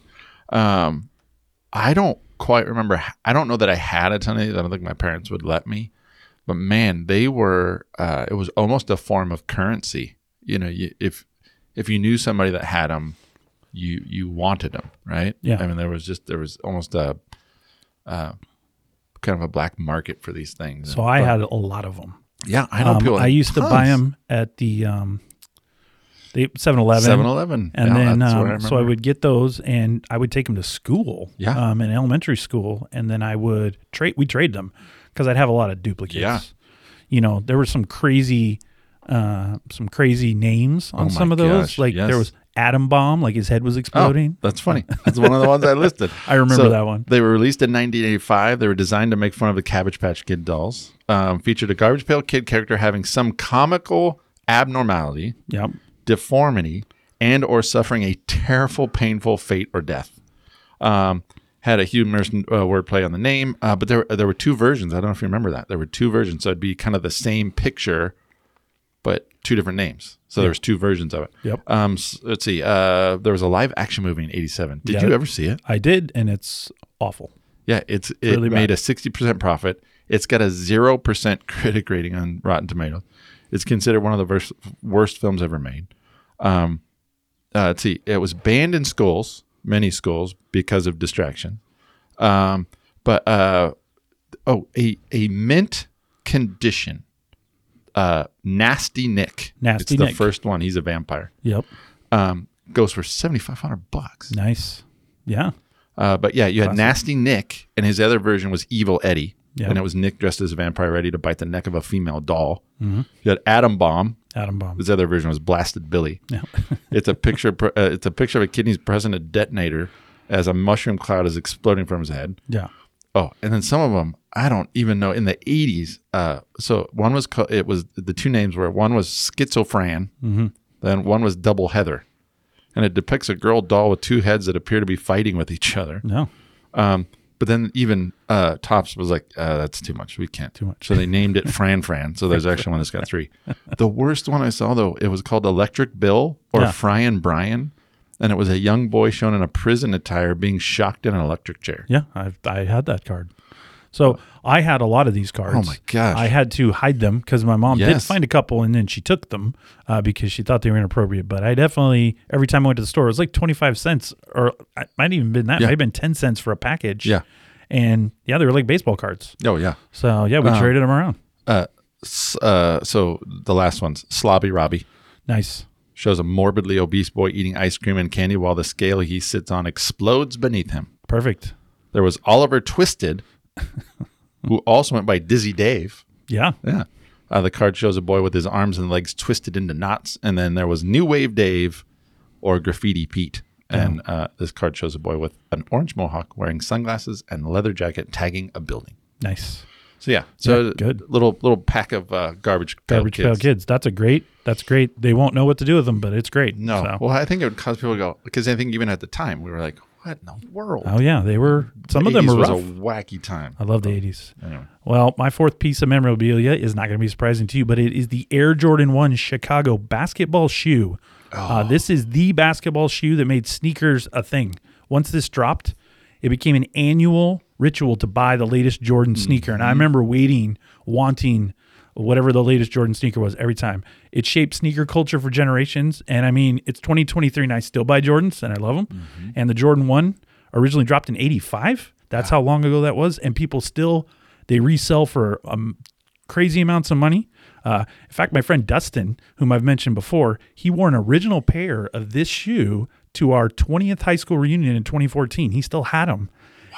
Speaker 2: Um, I don't quite remember. h- I don't know that I had a ton of these. I don't think my parents would let me. But man, they were. Uh, it was almost a form of currency. You know, you, if if you knew somebody that had them, you you wanted them, right?
Speaker 1: Yeah.
Speaker 2: I mean, there was just there was almost a. Uh, kind of a black market for these things.
Speaker 1: So I had a lot of them.
Speaker 2: Yeah, I know
Speaker 1: Um,
Speaker 2: people.
Speaker 1: I used to buy them at the um, the 7-Eleven.
Speaker 2: 7 Eleven.
Speaker 1: And then, um, so I would get those, and I would take them to school.
Speaker 2: Yeah.
Speaker 1: Um, in elementary school, and then I would trade. We trade them because I'd have a lot of duplicates.
Speaker 2: Yeah.
Speaker 1: You know, there were some crazy, uh, some crazy names on
Speaker 2: Oh my
Speaker 1: some of those.
Speaker 2: gosh,
Speaker 1: like
Speaker 2: yes.
Speaker 1: there was Atom Bomb, like his head was exploding.
Speaker 2: Oh, That's funny. That's one of the ones I listed.
Speaker 1: I remember that one.
Speaker 2: They were released in 1985. They were designed to make fun of the Cabbage Patch Kid dolls. Um, featured a garbage pail kid character having some comical abnormality,
Speaker 1: Yep.
Speaker 2: deformity, and or suffering a terrible, painful fate or death. Um, had a humorous uh, wordplay on the name, uh, but there there were two versions. I don't know if you remember that. There were two versions, so it'd be kind of the same picture, but two different names. So there was two versions of it.
Speaker 1: Yep.
Speaker 2: Um, s- let's see. Uh, there was a live action movie in '87. Did
Speaker 1: Yeah.
Speaker 2: you ever see it?
Speaker 1: I did, and it's awful.
Speaker 2: Yeah, it's it
Speaker 1: really bad.
Speaker 2: made a 60% profit. It's got a 0% critic rating on Rotten Tomatoes. It's considered one of the worst, worst films ever made. Um, uh, let's see. It was banned in schools, many schools, because of distraction. Um, but uh, oh, a a mint condition. Uh, Nasty Nick.
Speaker 1: Nasty
Speaker 2: It's the
Speaker 1: Nick.
Speaker 2: first one. He's a vampire.
Speaker 1: Yep.
Speaker 2: Um, goes for seventy five hundred bucks.
Speaker 1: Nice. Yeah.
Speaker 2: Uh, but yeah, you had Nasty Nick, and his other version was Evil Eddie,
Speaker 1: Yeah.
Speaker 2: and it was Nick dressed as a vampire ready to bite the neck of a female doll. You had Atom Bomb.
Speaker 1: Atom Bomb.
Speaker 2: His other version was Blasted Billy.
Speaker 1: Yeah.
Speaker 2: it's a picture. pr- Uh, it's a picture of a kidney's present a detonator as a mushroom cloud is exploding from his head.
Speaker 1: Yeah.
Speaker 2: Oh, and then some of them I don't even know. In the eighties, uh, so one was co- it was the two names were one was Schizofran, then one was Double Heather, and it depicts a girl doll with two heads that appear to be fighting with each other.
Speaker 1: No.
Speaker 2: Um, but then even uh, Tops was like, uh, "That's too much. We can't too
Speaker 1: much.
Speaker 2: So they named it Fran Fran. So there's actually one that's got three. The worst one I saw though, it was called Electric Bill or
Speaker 1: Yeah.
Speaker 2: Fry and Brian, and it was a young boy shown in a prison attire being shocked in an electric chair.
Speaker 1: Yeah, I I had that card. So I had a lot of these cards.
Speaker 2: Oh my gosh.
Speaker 1: I had to hide them because my mom did
Speaker 2: Yes.
Speaker 1: find a couple, and then she took them uh, because she thought they were inappropriate. But I definitely every time I went to the store, it was like twenty five cents, or I might even been that.
Speaker 2: Yeah.
Speaker 1: Might have been ten cents for a package.
Speaker 2: Yeah.
Speaker 1: and yeah, they were like baseball cards.
Speaker 2: Oh yeah.
Speaker 1: So yeah, we traded them around.
Speaker 2: Uh, s- uh, so the last one's Slobby Robbie
Speaker 1: Nice.
Speaker 2: shows a morbidly obese boy eating ice cream and candy while the scale he sits on explodes beneath him.
Speaker 1: Perfect.
Speaker 2: There was Oliver Twisted, who also went by Dizzy Dave.
Speaker 1: Yeah.
Speaker 2: Yeah. Uh, the card shows a boy with his arms and legs twisted into knots. And then there was New Wave Dave or Graffiti Pete. And uh, this card shows a boy with an orange mohawk wearing sunglasses and a leather jacket tagging a building.
Speaker 1: Nice.
Speaker 2: So, yeah. So,
Speaker 1: Yeah, good.
Speaker 2: Little little pack of uh, garbage, pail
Speaker 1: Garbage pail kids. That's a great. That's great. They won't know what to do with them, but it's great.
Speaker 2: No.
Speaker 1: So-
Speaker 2: Well, I think it would cause people to go, because I think even at the time, we were like, what in the world?
Speaker 1: Oh yeah, they were. Some of them
Speaker 2: 80s
Speaker 1: were
Speaker 2: was
Speaker 1: rough. Uh,
Speaker 2: a wacky time.
Speaker 1: I love the 80s.
Speaker 2: Anyway.
Speaker 1: Well, my fourth piece of memorabilia is not going to be surprising to you, but it is the Air Jordan 1 Chicago basketball shoe. Uh, this is the basketball shoe that made sneakers a thing. Once this dropped, it became an annual ritual to buy the latest Jordan sneaker. And I remember waiting, wanting whatever the latest Jordan sneaker was every time. It shaped sneaker culture for generations. And I mean, it's 2023 and I still buy Jordans and I love them. And the Jordan 1 originally dropped in 85. That's how long ago that was. And people still, they resell for um, crazy amounts of money. Uh, in fact, my friend Dustin, whom I've mentioned before, he wore an original pair of this shoe to our 20th high school reunion in 2014. He still had them,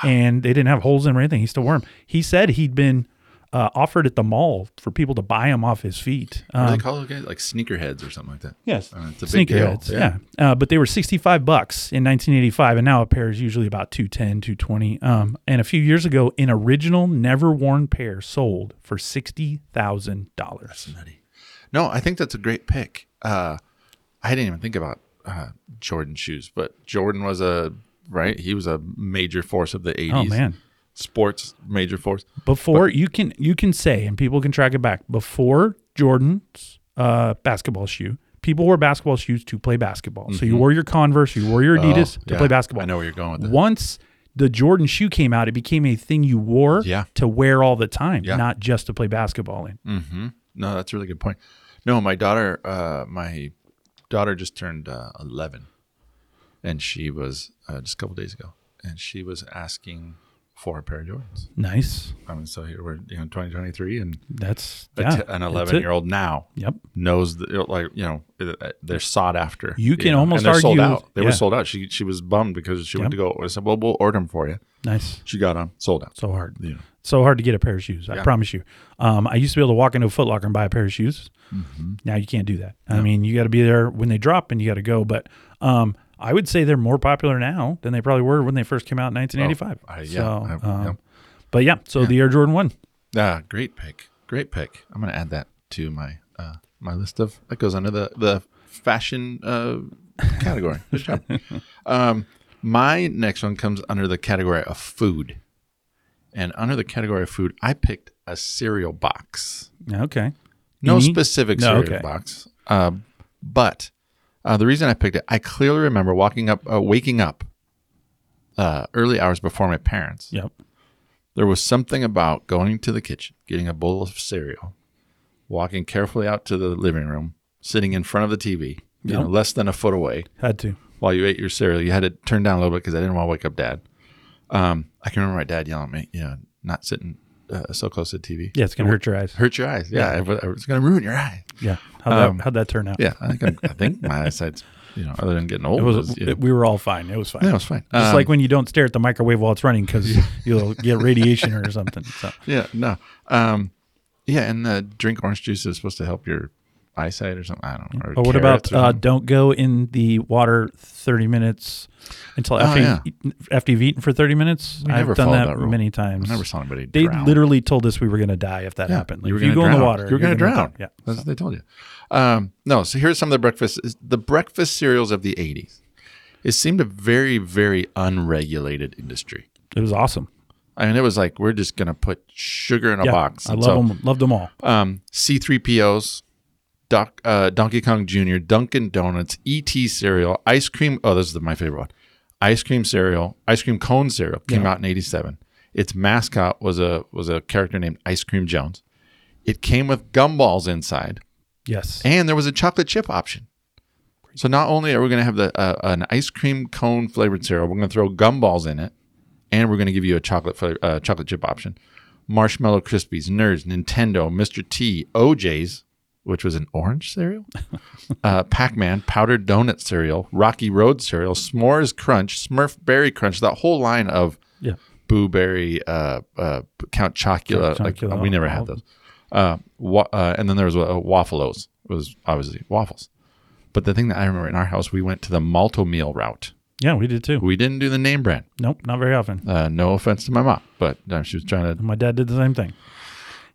Speaker 1: and they didn't have holes in them or anything. He still wore them. He said he'd been uh, offered at the mall for people to buy him off his feet.
Speaker 2: What do
Speaker 1: Um,
Speaker 2: they call those guys? Like sneakerheads or something like that.
Speaker 1: yes,
Speaker 2: Uh, it's a big deal.
Speaker 1: sneakerheads. Yeah, Uh, but they were 65 bucks in 1985, and now a pair is usually about 210, 220. Um, and a few years ago, an original, never worn pair sold for sixty thousand dollars.
Speaker 2: Nutty. No, I think that's a great pick. Uh, I didn't even think about uh, Jordan shoes, but Jordan was a right. He was a major force of the '80s.
Speaker 1: Oh man.
Speaker 2: sports major force.
Speaker 1: before you can you can say and people can track it back before Jordan's uh, basketball shoe. People wore basketball shoes to play basketball. So you wore your Converse, you wore your Adidas
Speaker 2: Mm-hmm. Oh,
Speaker 1: to
Speaker 2: yeah.
Speaker 1: play basketball.
Speaker 2: I know where you're going with that.
Speaker 1: Once the Jordan shoe came out, it became a thing you wore
Speaker 2: Yeah.
Speaker 1: to wear all the time,
Speaker 2: Yeah.
Speaker 1: not just to play basketball in.
Speaker 2: hmm No, that's a really good point. No, my daughter, uh, my daughter just turned uh, 11, and she was uh, just a couple days ago, and she was asking for a pair of Jordans.
Speaker 1: Nice.
Speaker 2: I mean, so here we're you know 2023, and
Speaker 1: That's
Speaker 2: a
Speaker 1: yeah,
Speaker 2: t- an
Speaker 1: that's
Speaker 2: 11
Speaker 1: it.
Speaker 2: year old now
Speaker 1: Yep.
Speaker 2: knows that like you know uh, they're sought after.
Speaker 1: You can
Speaker 2: know,
Speaker 1: almost
Speaker 2: and they're sold
Speaker 1: argue-
Speaker 2: out. They were
Speaker 1: yeah.
Speaker 2: sold out. She she was bummed because she went to
Speaker 1: Yep.
Speaker 2: go. I said, well, we'll order them for you.
Speaker 1: Nice.
Speaker 2: She got them sold out.
Speaker 1: So hard.
Speaker 2: Yeah.
Speaker 1: So hard to get a pair of shoes. I
Speaker 2: Yeah.
Speaker 1: promise you. Um, I used to be able to walk into a Foot Locker and buy a pair of shoes.
Speaker 2: Mm-hmm.
Speaker 1: Now you can't do that. I mean, you got to be there when they drop and you got to go. But um, I would say they're more popular now than they probably were when they first came out in 1985.
Speaker 2: Oh, I- yeah,
Speaker 1: So,
Speaker 2: I-
Speaker 1: um,
Speaker 2: yeah.
Speaker 1: But yeah, so the Air Jordan 1.
Speaker 2: Ah, great pick. Great pick. I'm gonna add that to my uh, my list of that goes under the the fashion uh, category. Good job. Um, my next one comes under the category of food, and under the category of food, I picked a cereal box.
Speaker 1: Okay.
Speaker 2: No
Speaker 1: Mhm.
Speaker 2: specific
Speaker 1: No,
Speaker 2: cereal
Speaker 1: okay.
Speaker 2: box, um, but uh, the reason I picked it, I clearly remember walking up, uh, waking up uh, early hours before my parents
Speaker 1: Yep.
Speaker 2: there was something about going to the kitchen, getting a bowl of cereal, walking carefully out to the living room, sitting in front of the TV, you know,
Speaker 1: Yep.
Speaker 2: less than a foot away
Speaker 1: Had to.
Speaker 2: while you ate your cereal. You had to turn down a little bit because I didn't want to wake up dad. Um, I can remember my dad yelling at me, you know, not sitting uh, so close to the TV.
Speaker 1: Yeah, it's going to hurt your eyes.
Speaker 2: Hurt your eyes. Yeah, it was going to ruin your eyes.
Speaker 1: Yeah. How'd, that, how'd that turn out?
Speaker 2: Yeah, I think, I'm, I think my eyesight's, you know, other than getting old,
Speaker 1: It was,
Speaker 2: you know,
Speaker 1: it- we were all fine. It was fine.
Speaker 2: yeah, it was fine.
Speaker 1: Just
Speaker 2: Um,
Speaker 1: like when you don't stare at the microwave while it's running because you'll get radiation or something. So,
Speaker 2: yeah, no. Um, yeah, and uh, drink orange juice is supposed to help your eyesight or something. I don't know.
Speaker 1: But what
Speaker 2: carrots
Speaker 1: about
Speaker 2: or
Speaker 1: uh,
Speaker 2: something.
Speaker 1: don't go in the water 30 minutes until after,
Speaker 2: Oh, yeah.
Speaker 1: you've eaten, after you've eaten for 30 minutes?
Speaker 2: We
Speaker 1: I've
Speaker 2: never
Speaker 1: done
Speaker 2: followed
Speaker 1: that,
Speaker 2: that rule.
Speaker 1: many times.
Speaker 2: I never saw anybody.
Speaker 1: uh, they
Speaker 2: drown.
Speaker 1: literally told us we were going to die if that
Speaker 2: Yeah,
Speaker 1: happened. Like,
Speaker 2: you were
Speaker 1: if you
Speaker 2: gonna
Speaker 1: go in the
Speaker 2: drown.
Speaker 1: water,
Speaker 2: You're, going to
Speaker 1: gonna
Speaker 2: drown.
Speaker 1: Yeah.
Speaker 2: that's what they told you. Um, no, so here's some of the breakfast. is- The breakfast cereals of the '80s. It seemed a very, very unregulated industry.
Speaker 1: It was awesome.
Speaker 2: I mean, it was like we're just going to put sugar in a
Speaker 1: Yeah.
Speaker 2: box.
Speaker 1: I
Speaker 2: And
Speaker 1: love
Speaker 2: so,
Speaker 1: them. Loved them all.
Speaker 2: um, C3POs, Doc, uh, Donkey Kong Jr., Dunkin' Donuts, ET cereal, ice cream. Oh, this is the, my favorite one. Ice cream cereal, ice cream cone cereal came out in '87. Its mascot was a was a character named Ice Cream Jones. It came with gumballs inside,
Speaker 1: Yes.
Speaker 2: and there was a chocolate chip option. So not only are we going to have the uh, an ice cream cone flavored cereal, we're going to throw gumballs in it, and we're going to give you a chocolate flavor, uh, chocolate chip option. Marshmallow Krispies, Nerds, Nintendo, Mr. T, OJ's, which was an orange cereal, uh, Pac Man, powdered donut cereal, Rocky Road cereal, S'mores Crunch, Smurf Berry Crunch, that whole line of
Speaker 1: Yeah.
Speaker 2: Boo Berry, uh, uh, Count Chocula.
Speaker 1: Count
Speaker 2: like,
Speaker 1: Chocula, oh.
Speaker 2: we never
Speaker 1: all
Speaker 2: had
Speaker 1: of
Speaker 2: those. Uh, wa- uh, and then there was uh, Waffleos. It was obviously waffles. But the thing that I remember in our house, we went to the Malto Meal route.
Speaker 1: Yeah, we did too.
Speaker 2: We didn't do the name brand.
Speaker 1: Nope, not very often.
Speaker 2: Uh, no offense to my mom, but uh, she was trying to.
Speaker 1: My dad did the same thing.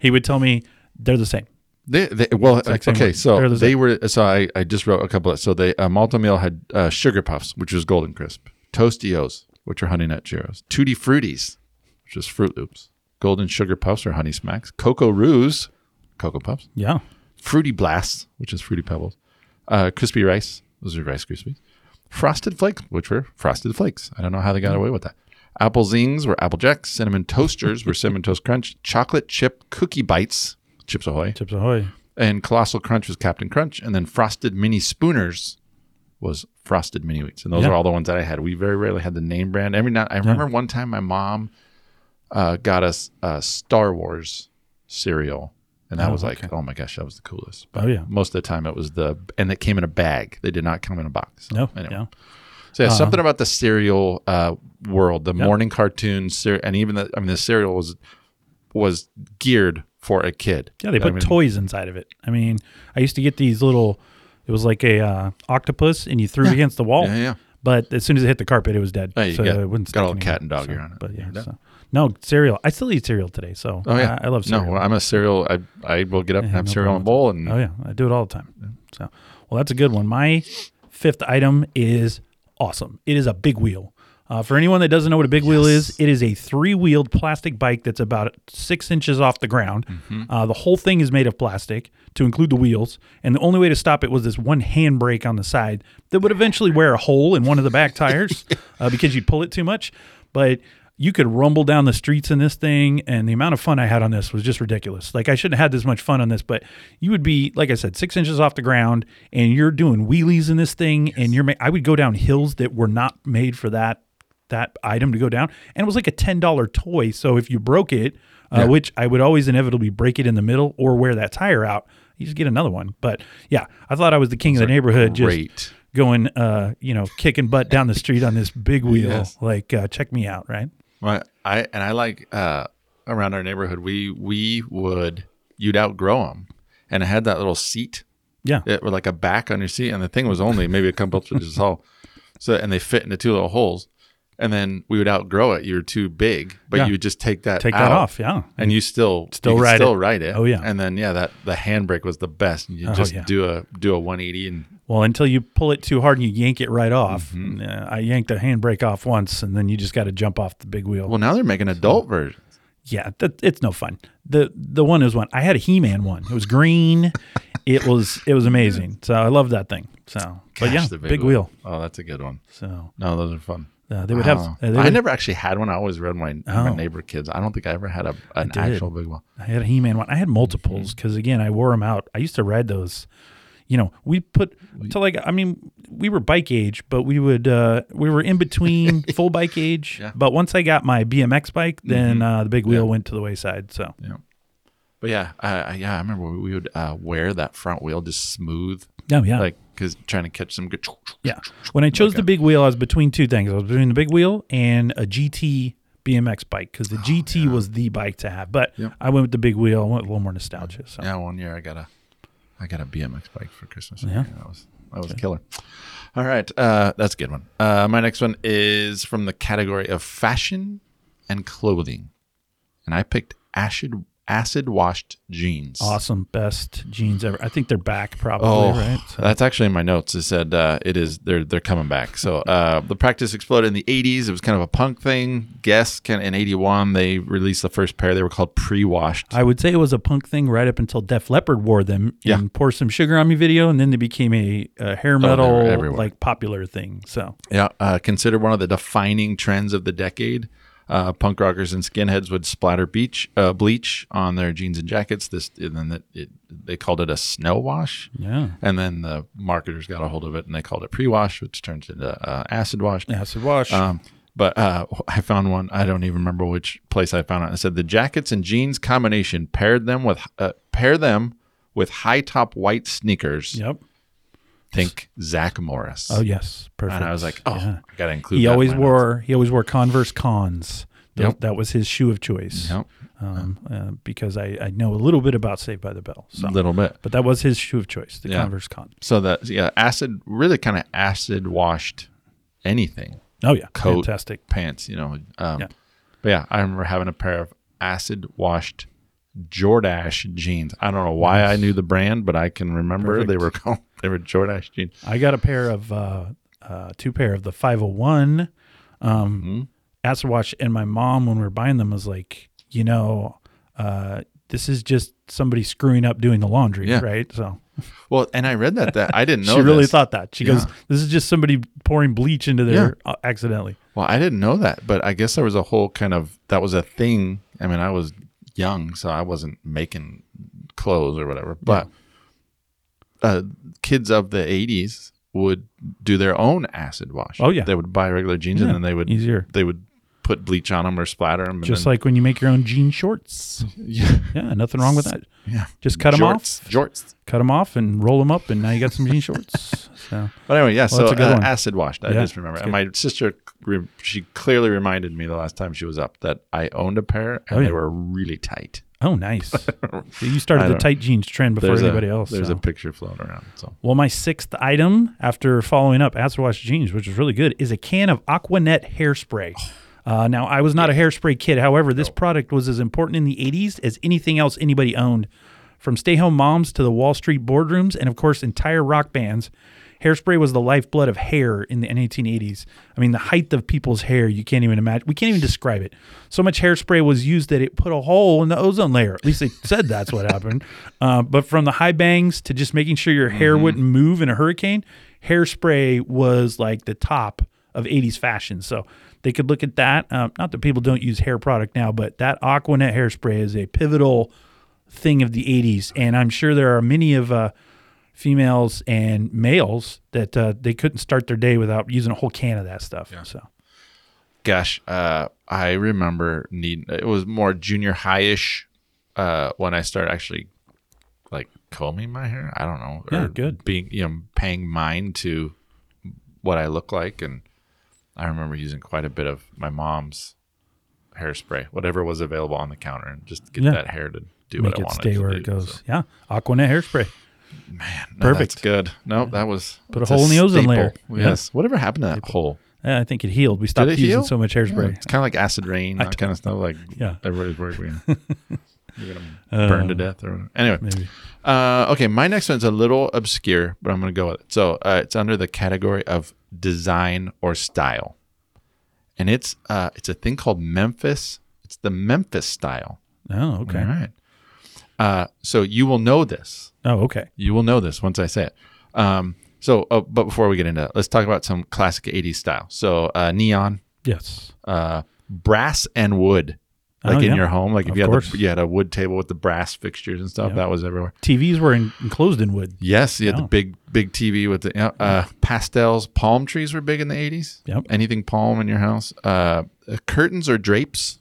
Speaker 1: He would tell me they're the same.
Speaker 2: They, they, well,
Speaker 1: like same
Speaker 2: okay,
Speaker 1: one.
Speaker 2: so
Speaker 1: They're the
Speaker 2: they were. So I, I just wrote a couple of. So they uh, Malto Meal had uh, sugar puffs, which was Golden Crisp, Tostios, which are Honey Nut Cheerios, Tutti Fruities, which is Fruit Loops, Golden Sugar Puffs or Honey Smacks, Cocoa Roos, Cocoa Puffs,
Speaker 1: Yeah.
Speaker 2: Fruity Blasts, which is Fruity Pebbles, uh, Crispy Rice, those are Rice Krispies, Frosted Flakes, which were Frosted Flakes. I don't know how they got away with that. Apple Zings were Apple Jacks, Cinnamon Toasters were Cinnamon Toast Crunch, Chocolate Chip Cookie Bites, Chips Ahoy,
Speaker 1: Chips Ahoy.
Speaker 2: and Colossal Crunch was Captain Crunch, and then Frosted Mini Spooners was Frosted Mini Wheats, and those
Speaker 1: Yeah.
Speaker 2: are all the ones that I had. We very rarely had the name brand. Every night, I remember one time my mom uh, got us uh, Star Wars cereal, and that
Speaker 1: Oh,
Speaker 2: was like,
Speaker 1: okay.
Speaker 2: oh my gosh, that was the coolest.
Speaker 1: Oh, yeah.
Speaker 2: Most of the time, it was the and it came in a bag. They did not come in a box. So
Speaker 1: No.
Speaker 2: anyway.
Speaker 1: Yeah.
Speaker 2: So yeah, something
Speaker 1: Uh-huh.
Speaker 2: about the serial uh, world, the morning cartoons, ser- and even the I mean the serial was was geared for a kid.
Speaker 1: Yeah, they
Speaker 2: I
Speaker 1: put
Speaker 2: mean,
Speaker 1: toys inside of it. I mean, I used to get these little. It was like a uh, octopus, and you threw it against the wall.
Speaker 2: Yeah, yeah.
Speaker 1: But as soon as it hit the carpet, it was dead.
Speaker 2: Oh, you
Speaker 1: so
Speaker 2: got-
Speaker 1: it wouldn't
Speaker 2: got
Speaker 1: stick
Speaker 2: all
Speaker 1: anymore.
Speaker 2: cat and dog
Speaker 1: So,
Speaker 2: hair on it.
Speaker 1: But yeah,
Speaker 2: Yeah.
Speaker 1: so. no cereal. I still eat cereal today. So
Speaker 2: Oh yeah,
Speaker 1: Uh, I, I love cereal.
Speaker 2: No, I'm a cereal. I I will get up and
Speaker 1: Yeah,
Speaker 2: have
Speaker 1: no
Speaker 2: cereal in
Speaker 1: problem
Speaker 2: a bowl, and
Speaker 1: Oh yeah, I do it all the time. So, well, that's a good one. My fifth item is awesome. It is a big wheel. Uh, for anyone that doesn't know what a big wheel is, it is a three-wheeled plastic bike that's about six inches off the ground. Uh, the whole thing is made of plastic, to include the wheels. And the only way to stop it was this one handbrake on the side that would eventually wear a hole in one of the back tires uh, because you'd pull it too much. But you could rumble down the streets in this thing and the amount of fun i had on this was just ridiculous like i shouldn't have had this much fun on this but you would be like i said six inches off the ground and you're doing wheelies in this thing and you're ma- i would go down hills that were not made for that that item to go down and it was like a $10 toy so if you broke it uh,
Speaker 2: Yeah.
Speaker 1: which i would always inevitably break it in the middle or wear that tire out you just get another one but yeah i thought i was the king of the neighborhood just
Speaker 2: great.
Speaker 1: going uh you know kicking butt down the street on this big wheel
Speaker 2: Yes.
Speaker 1: like uh, check me out right
Speaker 2: My, I and I like uh, around our neighborhood. We we would you'd outgrow them, and it had that little seat
Speaker 1: yeah
Speaker 2: it with like a back on your seat, and the thing was only maybe a couple inches tall. So and they fit into two little holes, and then we would outgrow it. You were too big, but
Speaker 1: Yeah.
Speaker 2: you would just take that
Speaker 1: take
Speaker 2: out,
Speaker 1: that off yeah
Speaker 2: and you still
Speaker 1: Still
Speaker 2: you could
Speaker 1: ride
Speaker 2: still
Speaker 1: it.
Speaker 2: ride it.
Speaker 1: Oh, yeah.
Speaker 2: and then yeah, that the handbrake was the best. And you
Speaker 1: Oh,
Speaker 2: just
Speaker 1: yeah.
Speaker 2: do a do a one eighty and
Speaker 1: well until you pull it too hard and you yank it right off
Speaker 2: Mm-hmm.
Speaker 1: Uh, i yanked a handbrake off once and then you just got to jump off the big wheel
Speaker 2: well now they're making adult versions.
Speaker 1: yeah that, it's no fun the the one is one i had a he-man one it was green it was it was amazing so i love that thing so but
Speaker 2: Gosh,
Speaker 1: yeah
Speaker 2: the
Speaker 1: big, wheel.
Speaker 2: Oh, that's a good one.
Speaker 1: so
Speaker 2: No, those are fun.
Speaker 1: uh, they would
Speaker 2: Oh.
Speaker 1: have uh, they
Speaker 2: I
Speaker 1: would-
Speaker 2: never actually had one. I always read my, my
Speaker 1: Oh.
Speaker 2: neighbor kids. I don't think I ever had a, an
Speaker 1: did.
Speaker 2: actual big one.
Speaker 1: I had a He-Man one. I had multiples
Speaker 2: Mm-hmm.
Speaker 1: because again, I wore them out. I used to ride those. You know, we put to like I mean, we were bike age, but we would uh we were in between full bike age.
Speaker 2: Yeah. Mm-hmm.
Speaker 1: But once I got my BMX bike, then uh, the big wheel went to the wayside. So
Speaker 2: Yeah. But yeah, uh, yeah, I remember we we would uh, wear that front wheel just smooth,
Speaker 1: no, Oh, yeah,
Speaker 2: like because trying to catch some good.
Speaker 1: yeah. When I chose the big wheel, I was between two things. I was between the big wheel and a GT BMX bike because the GT was the bike to have. But
Speaker 2: Oh, Yep.
Speaker 1: I went with the big wheel. I went with a little more nostalgia. So
Speaker 2: Yeah, one year I got a, I got a BMX bike for Christmas.
Speaker 1: Yeah.
Speaker 2: that was that was a killer. All right, uh, that's a good one. Uh, my next one is from the category of fashion and clothing, and I picked acid acid washed jeans.
Speaker 1: awesome, best jeans ever. I think they're back probably.
Speaker 2: Oh,
Speaker 1: right? So-
Speaker 2: that's actually in my notes. It said uh, it is they're they're coming back. So uh, the practice exploded in the '80s. It was kind of a punk thing. Guess kind of in '81 they released the first pair. They were called pre-washed.
Speaker 1: I would say it was a punk thing right up until Def Leppard wore them
Speaker 2: Yeah. Oh,
Speaker 1: in "Pour Some Sugar on Me" video, and then they became a, a hair
Speaker 2: were
Speaker 1: metal
Speaker 2: everywhere.
Speaker 1: like popular thing. So
Speaker 2: Yeah, uh, considered one of the defining trends of the decade. Uh, punk rockers and skinheads would splatter beach uh, bleach on their jeans and jackets. This and then it, it, they called it a snow wash.
Speaker 1: yeah,
Speaker 2: And then the marketers got a hold of it and they called it pre-wash, which turns into uh, acid wash.
Speaker 1: acid wash.
Speaker 2: Um, but uh, I found one. I don't even remember which place I found it. It said the jackets and jeans combination paired them with uh, pair them with high top white sneakers.
Speaker 1: yep.
Speaker 2: Think Zach Morris.
Speaker 1: Oh yes, perfect.
Speaker 2: and I was like, oh,
Speaker 1: Yeah.
Speaker 2: I gotta include.
Speaker 1: he
Speaker 2: that in
Speaker 1: always
Speaker 2: my notes.
Speaker 1: wore he always wore Converse Cons. Th-
Speaker 2: Yep.
Speaker 1: That was his shoe of choice.
Speaker 2: Yep.
Speaker 1: Um, uh, because I, I know a little bit about Saved by the Bell, so
Speaker 2: a little bit.
Speaker 1: but that was his shoe of choice, the
Speaker 2: Mm. Yeah.
Speaker 1: Converse Con.
Speaker 2: So that yeah, acid really kind of acid washed anything
Speaker 1: Oh yeah,
Speaker 2: Coat.
Speaker 1: fantastic.
Speaker 2: pants. You know. Um,
Speaker 1: Yeah.
Speaker 2: But yeah, I remember having a pair of acid washed. Jordache jeans. I don't know why I knew the brand, but I can remember they were called they were Jordache jeans.
Speaker 1: I got a pair of uh, uh, two pair of the 501 um,
Speaker 2: Mm-hmm.
Speaker 1: acid watch, and my mom, when we were buying them, was like, you know, uh, this is just somebody screwing up doing the laundry,
Speaker 2: Yeah.
Speaker 1: right? So
Speaker 2: Well, and I read that that I didn't know.
Speaker 1: she really
Speaker 2: this.
Speaker 1: thought that. She goes, this is just somebody pouring bleach into their uh, accidentally.
Speaker 2: Well, I didn't know that, but I guess there was a whole kind of that was a thing. I mean, I was young, so I wasn't making clothes or whatever. But uh, kids of the '80s would do their own acid wash.
Speaker 1: Oh, yeah.
Speaker 2: they would buy regular jeans
Speaker 1: Yeah,
Speaker 2: and then they would
Speaker 1: easier.
Speaker 2: they would put bleach on them or splatter them.
Speaker 1: Just like when you make your own jean shorts.
Speaker 2: yeah,
Speaker 1: Yeah, nothing wrong with that.
Speaker 2: yeah.
Speaker 1: Just cut them off,
Speaker 2: Jorts, jorts.
Speaker 1: cut them off, and roll them up, and now you got some jean shorts. So
Speaker 2: But anyway, yeah. so
Speaker 1: that's a good
Speaker 2: uh,
Speaker 1: one.
Speaker 2: acid wash. I
Speaker 1: Yeah,
Speaker 2: just remember.
Speaker 1: that's
Speaker 2: And my sister, re- she clearly reminded me the last time she was up that I owned a pair and
Speaker 1: Oh, yeah.
Speaker 2: they were really tight.
Speaker 1: oh, nice. So you started
Speaker 2: I
Speaker 1: the
Speaker 2: don't-
Speaker 1: tight jeans trend before
Speaker 2: There's a-
Speaker 1: anybody else.
Speaker 2: There's
Speaker 1: so.
Speaker 2: a picture floating around. So
Speaker 1: Well, my sixth item after following up Acid Wash Jeans, which is really good, is a can of Aquanet hairspray. Uh, now, I was not a hairspray kid. However, this product was as important in the 80s as anything else anybody owned. From stay home moms to the Wall Street boardrooms and, of course, entire rock bands, hairspray was the lifeblood of hair in the 1980s. I mean, the height of people's hair, you can't even imagine. We can't even describe it. So much hairspray was used that it put a hole in the ozone layer. At least they said that's what happened. Uh, but from the high bangs to just making sure your hair wouldn't move in a hurricane, hairspray was like the top of 80s fashion. So they could look at that. Um, not that people don't use hair product now, but that Aquanet hairspray is a pivotal thing of the 80s. And I'm sure there are many of uh, females and males that uh, they couldn't start their day without using a whole can of that stuff. So
Speaker 2: gosh, uh, I remember need it was more junior high ish uh, when I started actually like combing my hair. I don't know.
Speaker 1: Yeah, good.
Speaker 2: Being you know paying mind to what I look like, and I remember using quite a bit of my mom's hairspray, whatever was available on the counter, and just get
Speaker 1: Yeah.
Speaker 2: that hair to do
Speaker 1: make
Speaker 2: what I
Speaker 1: it
Speaker 2: wanted.
Speaker 1: stay
Speaker 2: to
Speaker 1: where
Speaker 2: do,
Speaker 1: it goes.
Speaker 2: so.
Speaker 1: Yeah. Aquanet hairspray.
Speaker 2: Man,
Speaker 1: Perfect.
Speaker 2: perfect. good. No, that was
Speaker 1: Put a
Speaker 2: it's
Speaker 1: hole in the ozone
Speaker 2: staple.
Speaker 1: layer. Yeah.
Speaker 2: Yes. Whatever happened to that hole?
Speaker 1: Yeah, I think it healed. We stopped
Speaker 2: it
Speaker 1: using
Speaker 2: heal?
Speaker 1: so much hairspray.
Speaker 2: It's kind of like acid rain, that kind of stuff. Like
Speaker 1: Yeah.
Speaker 2: everybody's worried we're gonna, you're gonna burn to death or whatever. Anyway,
Speaker 1: Maybe.
Speaker 2: Uh, okay, my next one's a little obscure, but I'm gonna go with it. So uh, it's under the category of design or style, and it's uh, it's a thing called Memphis. It's the Memphis style.
Speaker 1: Oh, okay.
Speaker 2: All right. Uh, so you will know this
Speaker 1: Oh, okay.
Speaker 2: you will know this once I say it. Um, so, oh, but before we get into that, let's talk about some classic 80s style. So, uh, neon,
Speaker 1: Yes.
Speaker 2: uh, brass and wood, like
Speaker 1: Oh,
Speaker 2: in
Speaker 1: yeah.
Speaker 2: your home. Like if
Speaker 1: Of
Speaker 2: you had,
Speaker 1: course.
Speaker 2: the, you had a wood table with the brass fixtures and stuff, that was everywhere.
Speaker 1: TVs were en- enclosed in wood.
Speaker 2: Yes, you had
Speaker 1: Yeah.
Speaker 2: the big, big TV with the uh, uh, pastels. Palm trees were big in the 80s.
Speaker 1: Yep.
Speaker 2: Anything palm in your house. Uh, uh, curtains or drapes,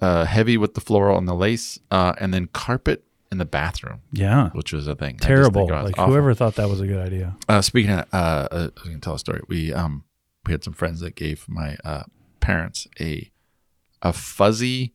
Speaker 2: uh, heavy with the floral and the lace, uh, and then carpet in the bathroom,
Speaker 1: Yeah.
Speaker 2: which was a thing. I just think
Speaker 1: Terrible.
Speaker 2: about it. It's
Speaker 1: Like
Speaker 2: awful.
Speaker 1: whoever thought that was a good idea.
Speaker 2: Uh, speaking of, uh, uh, I was gonna tell a story. We um we had some friends that gave my uh, parents a a fuzzy.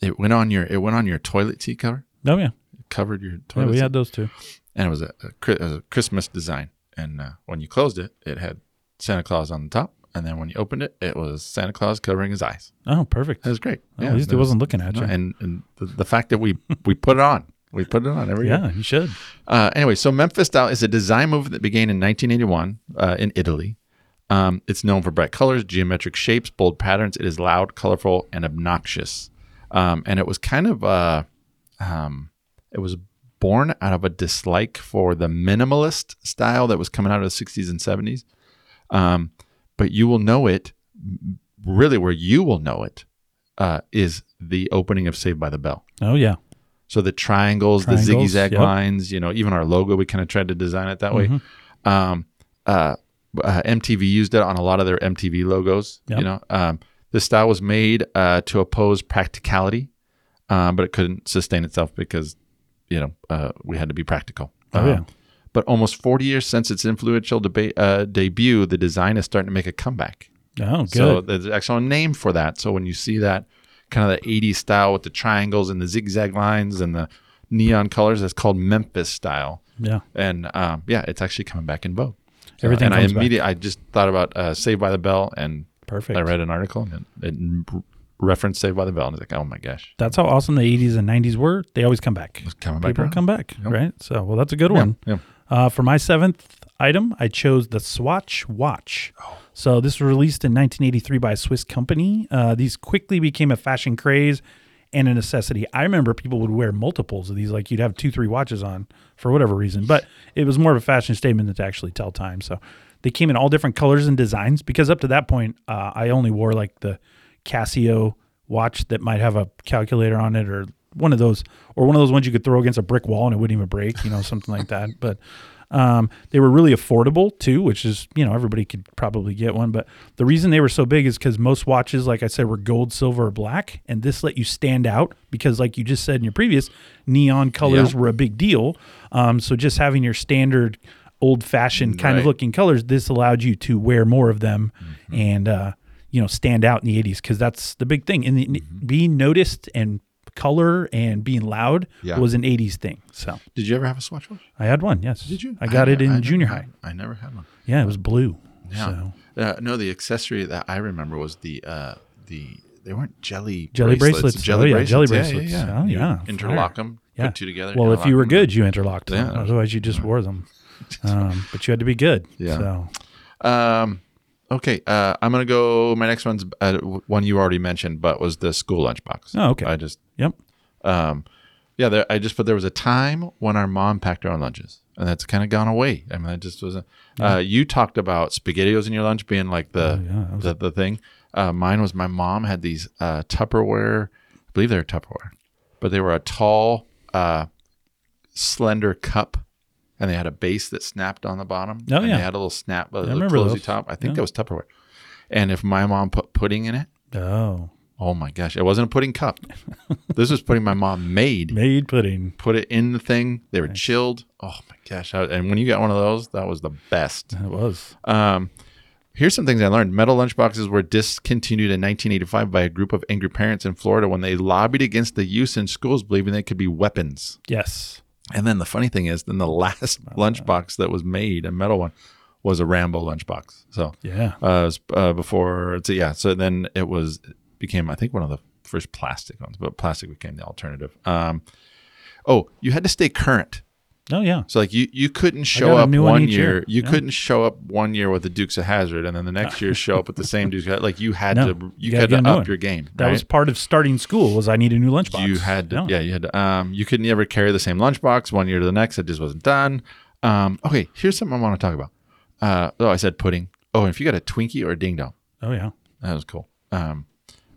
Speaker 2: It went on your it went on your toilet seat cover,
Speaker 1: Oh yeah.
Speaker 2: It covered your
Speaker 1: Yeah,
Speaker 2: toilet
Speaker 1: we
Speaker 2: seat,
Speaker 1: had those two.
Speaker 2: and it was a, a, Chri- a Christmas design. And uh, when you closed it, it had Santa Claus on the top, and then when you opened it, it was Santa Claus covering his eyes.
Speaker 1: Oh, perfect.
Speaker 2: It was great.
Speaker 1: Oh, at least
Speaker 2: it
Speaker 1: it wasn't looking at you.
Speaker 2: And and the, the fact that we we put it on, we put it on every year.
Speaker 1: yeah, you should.
Speaker 2: Uh, anyway, so Memphis style is a design movement that began in 1981 uh, in Italy. Um, it's known for bright colors, geometric shapes, bold patterns. It is loud, colorful, and obnoxious. Um, and it was kind of uh, um, it was born out of a dislike for the minimalist style that was coming out of the 60s and 70s. Um, but you will know it really where you will know it uh, is the opening of Saved by the Bell.
Speaker 1: Oh yeah.
Speaker 2: So the triangles, the ziggy
Speaker 1: Triangles,
Speaker 2: zag
Speaker 1: yep.
Speaker 2: lines, you know, even our logo, we kind of tried to design it that way.
Speaker 1: Mm-hmm.
Speaker 2: Um, uh, uh, MTV used it on a lot of their MTV logos.
Speaker 1: Yep.
Speaker 2: You know, um, this style was made uh, to oppose practicality, um, but it couldn't sustain itself because, you know, uh, we had to be practical.
Speaker 1: Oh,
Speaker 2: Um,
Speaker 1: yeah.
Speaker 2: But almost 40 years since its influential deba- uh, debut, the design is starting to make a comeback.
Speaker 1: Oh, good.
Speaker 2: Uh, So there's actually a name for that. So when you see that kind of the 80s style with the triangles and the zigzag lines and the neon colors, that's called Memphis style.
Speaker 1: yeah.
Speaker 2: And um, yeah, it's actually coming back in vogue. So-
Speaker 1: Everything
Speaker 2: and
Speaker 1: comes
Speaker 2: I
Speaker 1: back.
Speaker 2: immediately, I just thought about uh, Saved by the Bell, and
Speaker 1: Perfect.
Speaker 2: I read an article and it, it referenced Saved by the Bell, and I was like, oh my gosh,
Speaker 1: That's how awesome the 80s and 90s were. They always come back.
Speaker 2: it's coming back.
Speaker 1: People
Speaker 2: around.
Speaker 1: come back, right? So, well, that's a good
Speaker 2: Yeah,
Speaker 1: one.
Speaker 2: yeah.
Speaker 1: Uh, for my seventh item, I chose the Swatch watch. So this was released in 1983 by a Swiss company. Uh, these quickly became a fashion craze and a necessity. I remember people would wear multiples of these, like you'd have two, three watches on for whatever reason. But it was more of a fashion statement than to actually tell time. So they came in all different colors and designs because up to that point, uh, I only wore like the Casio watch that might have a calculator on it or one of those or one of those ones you could throw against a brick wall and it wouldn't even break, you know, something like that. But Um, they were really affordable too, which is you know everybody could probably get one. But the reason they were so big is because most watches, like I said, were gold, silver, or black, and this let you stand out because, like you just said in your previous, neon colors
Speaker 2: Yeah.
Speaker 1: were a big deal. Um, so just having your standard old-fashioned kind of
Speaker 2: Right. Mm-hmm.
Speaker 1: looking colors, this allowed you to wear more of them and uh, you know stand out in the '80s because that's the big thing. And the,
Speaker 2: Mm-hmm.
Speaker 1: being noticed and color and being loud
Speaker 2: Yeah.
Speaker 1: was an '80s thing. So.
Speaker 2: Did you ever have a Swatch watch?
Speaker 1: I had one, yes.
Speaker 2: Did you?
Speaker 1: I got it
Speaker 2: ne-
Speaker 1: in
Speaker 2: I never
Speaker 1: junior
Speaker 2: had-
Speaker 1: high.
Speaker 2: I never had one.
Speaker 1: Yeah, it was blue.
Speaker 2: Yeah.
Speaker 1: So
Speaker 2: Uh, no, the accessory that I remember was the uh, the they weren't jelly
Speaker 1: Jelly bracelets. Oh, yeah, jelly bracelets.
Speaker 2: Yeah, yeah,
Speaker 1: Oh,
Speaker 2: You
Speaker 1: yeah,
Speaker 2: would interlock them.
Speaker 1: yeah.
Speaker 2: Put two together.
Speaker 1: Well, if you were
Speaker 2: interlock 'em.
Speaker 1: good, you interlocked them.
Speaker 2: Yeah.
Speaker 1: Otherwise, you just wore them. Um, but you had to be good.
Speaker 2: Yeah.
Speaker 1: So
Speaker 2: Um, okay, uh, I'm gonna go. My next one's uh, w- one you already mentioned, but was the school lunchbox.
Speaker 1: Oh, okay.
Speaker 2: I just,
Speaker 1: yep.
Speaker 2: um, yeah, there, I just put there was a time when our mom packed our own lunches, and that's kind of gone away. I mean, that just wasn't. Uh, you talked about spaghettios in your lunch being like the
Speaker 1: Oh, yeah, that was-
Speaker 2: the, the thing. Uh, mine was my mom had these uh, Tupperware. I believe they were Tupperware, but they were a tall, uh, slender cup. And they had a base that snapped on the bottom.
Speaker 1: Oh,
Speaker 2: and
Speaker 1: yeah.
Speaker 2: They had a little snap, a
Speaker 1: I
Speaker 2: little
Speaker 1: remember
Speaker 2: closey
Speaker 1: those.
Speaker 2: top. I think
Speaker 1: Yeah.
Speaker 2: that was Tupperware. And if my mom put pudding in it,
Speaker 1: Oh,
Speaker 2: oh my gosh, it wasn't a pudding cup. this was pudding my mom made.
Speaker 1: made pudding.
Speaker 2: Put it in the thing. They were chilled. Oh my gosh! I- and when you got one of those, that was the best.
Speaker 1: It was.
Speaker 2: Um, here's some things I learned. Metal lunchboxes were discontinued in 1985 by a group of angry parents in Florida when they lobbied against the use in schools, believing they could be weapons.
Speaker 1: Yes.
Speaker 2: And then the funny thing is, then the last lunchbox that was made, a metal one, was a Rambo lunchbox. So
Speaker 1: Yeah.
Speaker 2: uh, s- uh, before so yeah so then it was became i think one of the first plastic ones but plastic became the alternative um oh you had to stay current
Speaker 1: Oh, yeah.
Speaker 2: so like you you couldn't show
Speaker 1: a
Speaker 2: up
Speaker 1: new one
Speaker 2: one
Speaker 1: each
Speaker 2: year,
Speaker 1: year.
Speaker 2: you
Speaker 1: Yeah.
Speaker 2: couldn't show up one year with the dukes of hazard and then the next year show up with the same dukes of Hazzard. like you had
Speaker 1: No,
Speaker 2: to
Speaker 1: you
Speaker 2: you,
Speaker 1: gotta
Speaker 2: had to
Speaker 1: get a new
Speaker 2: up
Speaker 1: one.
Speaker 2: your game
Speaker 1: That
Speaker 2: right?
Speaker 1: was part of starting school. Was I need a new lunchbox?
Speaker 2: You had to, yeah. you had to, um, you could never carry the same lunchbox one year to the next. It just wasn't done. Um, okay, here's something I want to talk about. Uh, oh, I said pudding. Oh, and if you got a Twinkie or a Ding Dong,
Speaker 1: Oh yeah.
Speaker 2: that was cool. Um,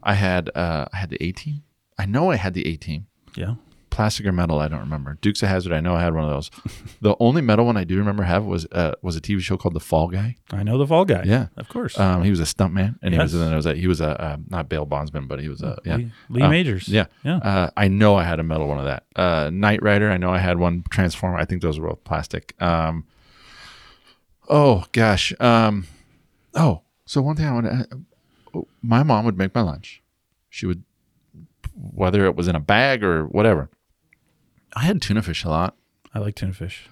Speaker 2: I had, uh, I had the 18. I know I had the 18
Speaker 1: Yeah.
Speaker 2: plastic or metal. I don't remember. Dukes of Hazard. I know I had one of those. the only metal one I do remember have was uh, was a TV show called The Fall Guy.
Speaker 1: I know the fall guy.
Speaker 2: Yeah.
Speaker 1: Of course.
Speaker 2: Um, he was a stuntman, and he was
Speaker 1: Yes.
Speaker 2: and it was a, he was a uh, not bail bondsman, but he was a yeah.
Speaker 1: Lee, Lee
Speaker 2: Uh,
Speaker 1: Majors.
Speaker 2: Yeah.
Speaker 1: Yeah.
Speaker 2: Uh, I know I had a metal one of that. Uh, Knight Rider, I know I had one. Transformer, I think those were both plastic. Um, oh, gosh. Um, oh, so one thing I want to my mom would make my lunch. She would, whether it was in a bag or whatever. I had tuna fish a lot.
Speaker 1: I like tuna fish.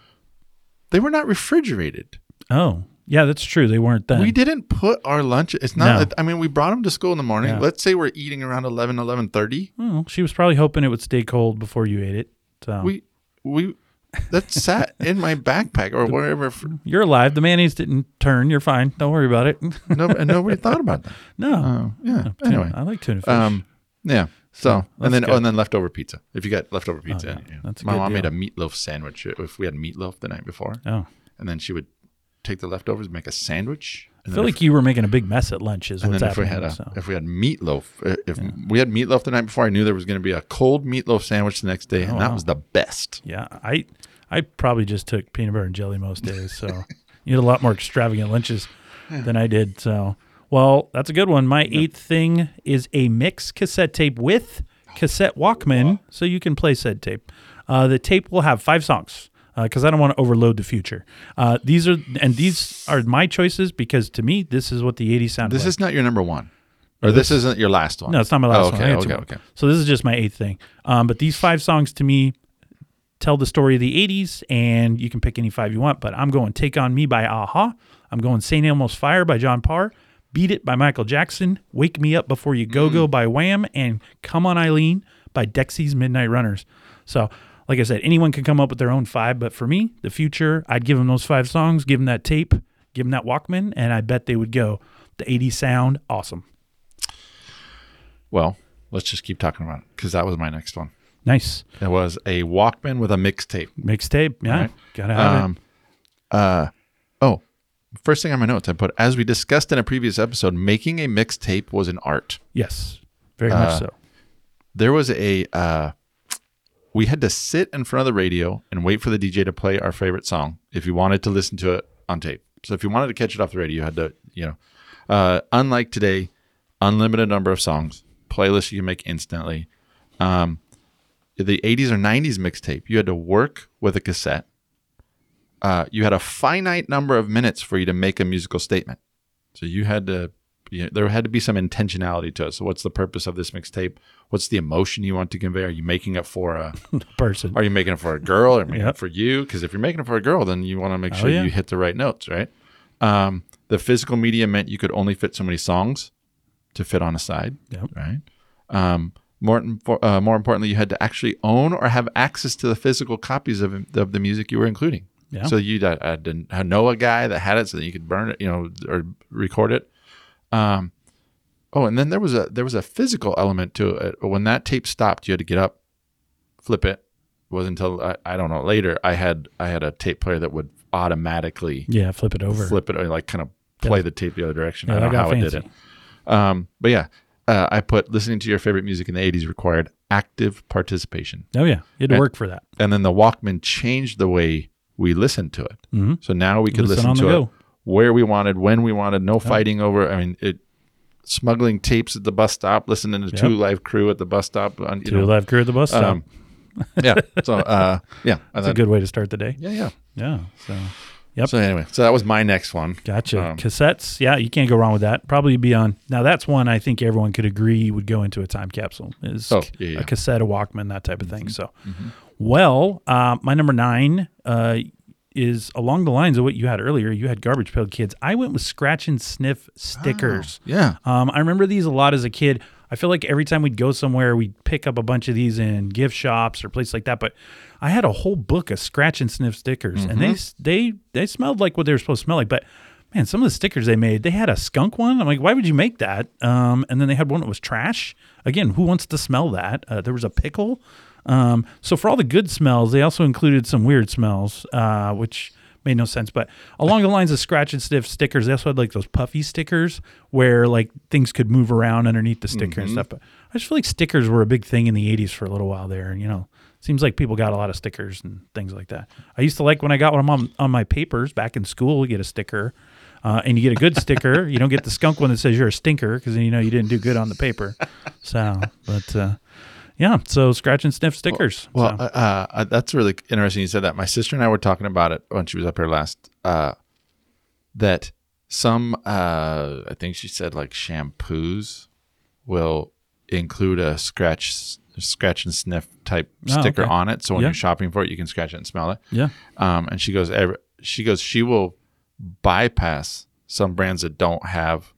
Speaker 2: They were not refrigerated.
Speaker 1: Oh yeah, that's true. They weren't then.
Speaker 2: We didn't put our lunch. It's not,
Speaker 1: No.
Speaker 2: I mean, we brought them to school in the morning.
Speaker 1: Yeah.
Speaker 2: Let's say we're eating around 11, 11.30.
Speaker 1: Oh, Well, she was probably hoping it would stay cold before you ate it. So
Speaker 2: we we that sat in my backpack or wherever for,
Speaker 1: you're alive. The mayonnaise didn't turn. You're fine. Don't worry about it.
Speaker 2: no, and nobody thought about that
Speaker 1: no.
Speaker 2: oh yeah
Speaker 1: Tuna-
Speaker 2: anyway
Speaker 1: I like tuna fish.
Speaker 2: um yeah so
Speaker 1: that's
Speaker 2: and then
Speaker 1: good. Oh,
Speaker 2: oh, and then leftover pizza if you got leftover pizza
Speaker 1: yeah,
Speaker 2: in it, yeah.
Speaker 1: that's a
Speaker 2: my
Speaker 1: good
Speaker 2: mom made a
Speaker 1: deal.
Speaker 2: meatloaf sandwich uh, if we had meatloaf the night before
Speaker 1: oh,
Speaker 2: and then she would take the leftovers make a sandwich
Speaker 1: I
Speaker 2: and
Speaker 1: feel
Speaker 2: then
Speaker 1: like you were making a big mess at lunch. Is
Speaker 2: and
Speaker 1: what's
Speaker 2: then if we
Speaker 1: happening.
Speaker 2: had a,
Speaker 1: so.
Speaker 2: if we had meatloaf, uh, if we had meatloaf the night before, I knew there was going to be a cold meatloaf sandwich the next day,
Speaker 1: Oh,
Speaker 2: and that was the best.
Speaker 1: Yeah, I I probably just took peanut butter and jelly most days. So you had a lot more extravagant lunches than I did. So well, that's a good one. My eighth thing is a mix cassette tape with cassette Walkman, so you can play said tape. Uh, the tape will have five songs. Because I don't want to overload the future. Uh, these are and these are my choices because to me this is what the '80s sound.
Speaker 2: This
Speaker 1: was.
Speaker 2: is not your number one, or this, isn't your last one.
Speaker 1: No, it's not my
Speaker 2: Oh,
Speaker 1: last one. I
Speaker 2: Okay,
Speaker 1: got two
Speaker 2: okay,
Speaker 1: more.
Speaker 2: okay.
Speaker 1: So this is just my eighth thing. Um, but these five songs to me tell the story of the 80s, and you can pick any five you want. But I'm going Take On Me by Aha. I'm going St. Elmo's Fire by John Parr. Beat It by Michael Jackson. Wake Me Up Before You Go
Speaker 2: Mm.
Speaker 1: Go by Wham. And Come On Eileen by Dexy's Midnight Runners. So, like I said, anyone can come up with their own five. But for me, the future, I'd give them those five songs, give them that tape, give them that Walkman, and I bet they would go. The 80s sound, awesome.
Speaker 2: Well, let's just keep talking about it because that was my next one.
Speaker 1: Nice.
Speaker 2: It was a Walkman with a mixtape.
Speaker 1: mixtape. Yeah,
Speaker 2: Right.
Speaker 1: gotta have
Speaker 2: Um, uh, oh, first thing on my notes, I put as we discussed in a previous episode, making a mixtape was an art. uh,
Speaker 1: it. Yes, very much so.
Speaker 2: There was a uh, we had to sit in front of the radio and wait for the DJ to play our favorite song if you wanted to listen to it on tape. So if you wanted to catch it off the radio, you had to, you know. Uh, unlike today, unlimited number of songs, playlists you can make instantly. Um, the 80s or 90s mixtape, you had to work with a cassette. Uh, you had a finite number of minutes for you to make a musical statement. So you had to, you know, there had to be some intentionality to it. So what's the purpose of this mixtape? What's the emotion you want to convey? Are you making it for a,
Speaker 1: person.
Speaker 2: are you making it for a girl? Are you making
Speaker 1: Yep.
Speaker 2: it for you? Because if you're making it for a girl, then you want to make sure
Speaker 1: yeah.
Speaker 2: you hit the right notes, right? Um, the physical media meant you could only fit so many songs to fit on a side,
Speaker 1: Yep.
Speaker 2: right? Um, more, infor- uh, more importantly, you had to actually own or have access to the physical copies of, of the music you were including.
Speaker 1: Yeah.
Speaker 2: So you uh, uh, didn't uh, know a guy that had it, so that you could burn it, you know, or record it. Um, oh, and then there was a there was a physical element to it. When that tape stopped, you had to get up, flip it. It wasn't until I, I don't know later. I had I had a tape player that would automatically
Speaker 1: Yeah, flip it over.
Speaker 2: flip it or like kind of play the tape the other direction.
Speaker 1: Yeah,
Speaker 2: I don't
Speaker 1: that
Speaker 2: know how
Speaker 1: got
Speaker 2: it did it.
Speaker 1: fancy.
Speaker 2: Um, but yeah, uh, I put listening to your favorite music in the '80s required active participation,
Speaker 1: Oh yeah, you had to
Speaker 2: Yeah.
Speaker 1: work for that.
Speaker 2: and then the Walkman changed the way we listened to it.
Speaker 1: Mm-hmm.
Speaker 2: So now we could
Speaker 1: Listen
Speaker 2: listen,
Speaker 1: on the
Speaker 2: to it
Speaker 1: go.
Speaker 2: where we wanted, when we wanted, no fighting over. I mean, it smuggling tapes at the bus stop, listening to
Speaker 1: Yep.
Speaker 2: two live crew at the bus stop. On, you
Speaker 1: To a
Speaker 2: know,
Speaker 1: live crew at the bus stop.
Speaker 2: um, yeah. So uh, yeah, and
Speaker 1: That's a
Speaker 2: then,
Speaker 1: good way to start the day.
Speaker 2: yeah, yeah.
Speaker 1: Yeah. So Yep.
Speaker 2: So anyway, so that was my next one.
Speaker 1: gotcha.
Speaker 2: Um,
Speaker 1: Cassettes. Yeah, you can't go wrong with that. Probably be on. Now that's one I think everyone could agree would go into a time capsule. Is
Speaker 2: Oh, yeah, Mm-hmm. yeah.
Speaker 1: a cassette, a Walkman, that type of thing. So, well, uh, my number nine uh, is along the lines of what you had earlier. You had garbage pail kids. I went with scratch and sniff stickers.
Speaker 2: Yeah.
Speaker 1: Um, I remember these a lot as a kid. I feel like every time we'd go somewhere, we'd pick up a bunch of these in gift shops or places like that. But I had a whole book of scratch and sniff stickers, and they s- they they smelled like what they were supposed to smell like. But man, some of the stickers they made, they had a skunk one. I'm like, why would you make that? Um, and then they had one that was trash. Again, who wants to smell that? Uh, there was a pickle. Um, so for all the good smells, they also included some weird smells, uh, which made no sense. But along the lines of scratch and sniff stickers, they also had like those puffy stickers where like things could move around underneath the sticker
Speaker 2: Mm-hmm.
Speaker 1: and stuff. But I just feel like stickers were a big thing in the '80s for a little while there. You know, seems like people got a lot of stickers and things like that. I used to like when I got one on on my papers back in school, you get a sticker. Uh, and you get a good sticker. You don't get the skunk one that says you're a stinker because you know you didn't do good on the paper. So, but uh, yeah, so scratch and sniff stickers.
Speaker 2: Well,
Speaker 1: So,
Speaker 2: uh, uh, uh, that's really interesting. You said that. My sister and I were talking about it when she was up here last. Uh, that some, uh, I think she said, like shampoos will include a scratch, scratch and sniff type
Speaker 1: Oh,
Speaker 2: sticker
Speaker 1: okay.
Speaker 2: on it. So when
Speaker 1: Yeah.
Speaker 2: you're shopping for it, you can scratch it and smell it.
Speaker 1: yeah,
Speaker 2: Um, and she goes, every, she goes, she will bypass some brands that don't have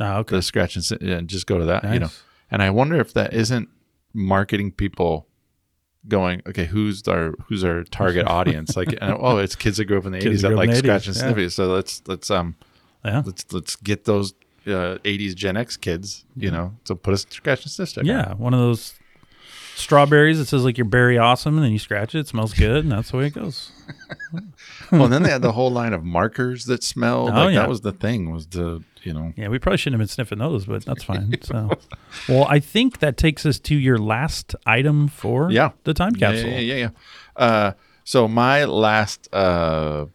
Speaker 1: Ah, okay.
Speaker 2: the scratch and, s- and just go to that, you know.
Speaker 1: Nice.
Speaker 2: And I wonder if that isn't marketing people going, okay, who's our who's our target audience? Like, and, oh, it's kids that grew up in the
Speaker 1: that
Speaker 2: eighties that
Speaker 1: grew up in
Speaker 2: like
Speaker 1: the
Speaker 2: scratch
Speaker 1: 80s,
Speaker 2: and
Speaker 1: yeah.
Speaker 2: sniff. it. So let's let's um
Speaker 1: yeah,
Speaker 2: let's let's get those uh, eighties Gen X kids, you know, to put a scratch and sniff sticker.
Speaker 1: yeah. One of those strawberries that says like you're berry awesome, and then you scratch it, it smells good, and that's the way it goes.
Speaker 2: Well, and then they had the whole line of markers that smelled.
Speaker 1: Oh,
Speaker 2: like
Speaker 1: yeah.
Speaker 2: that was the thing was the you know.
Speaker 1: Yeah, we probably shouldn't have been sniffing those, but that's fine. So, well, I think that takes us to your last item for
Speaker 2: Yeah.
Speaker 1: the time
Speaker 2: Yeah,
Speaker 1: capsule.
Speaker 2: Yeah, yeah, yeah. yeah. Uh, so my last uh,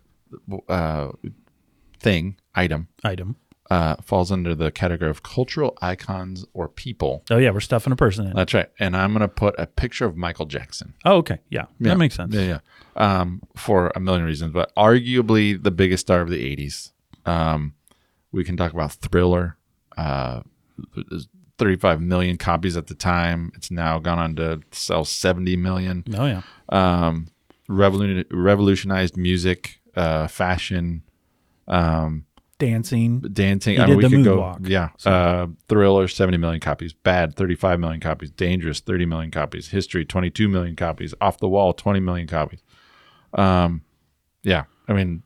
Speaker 2: w- uh, thing item
Speaker 1: Item.
Speaker 2: uh, falls under the category of cultural icons or people.
Speaker 1: Oh yeah, we're stuffing a person in.
Speaker 2: That's right. And I'm going to put a picture of Michael Jackson.
Speaker 1: Oh okay, yeah,
Speaker 2: Yeah.
Speaker 1: that makes sense.
Speaker 2: Yeah, yeah. Um, for a million reasons, but arguably the biggest star of the 80s. Um, we can talk about Thriller. Uh, 35 million copies at the time. It's now gone on to sell 70 million
Speaker 1: Oh yeah,
Speaker 2: um, revolution, revolutionized music, uh, fashion,
Speaker 1: dancing.
Speaker 2: dancing.
Speaker 1: He
Speaker 2: I
Speaker 1: did
Speaker 2: mean, we
Speaker 1: the
Speaker 2: could
Speaker 1: moonwalk.
Speaker 2: go. Yeah. Uh, Thriller, 70 million copies. Bad, 35 million copies. Dangerous, 30 million copies. History, 22 million copies. Off the Wall, 20 million copies. Um, yeah. I mean,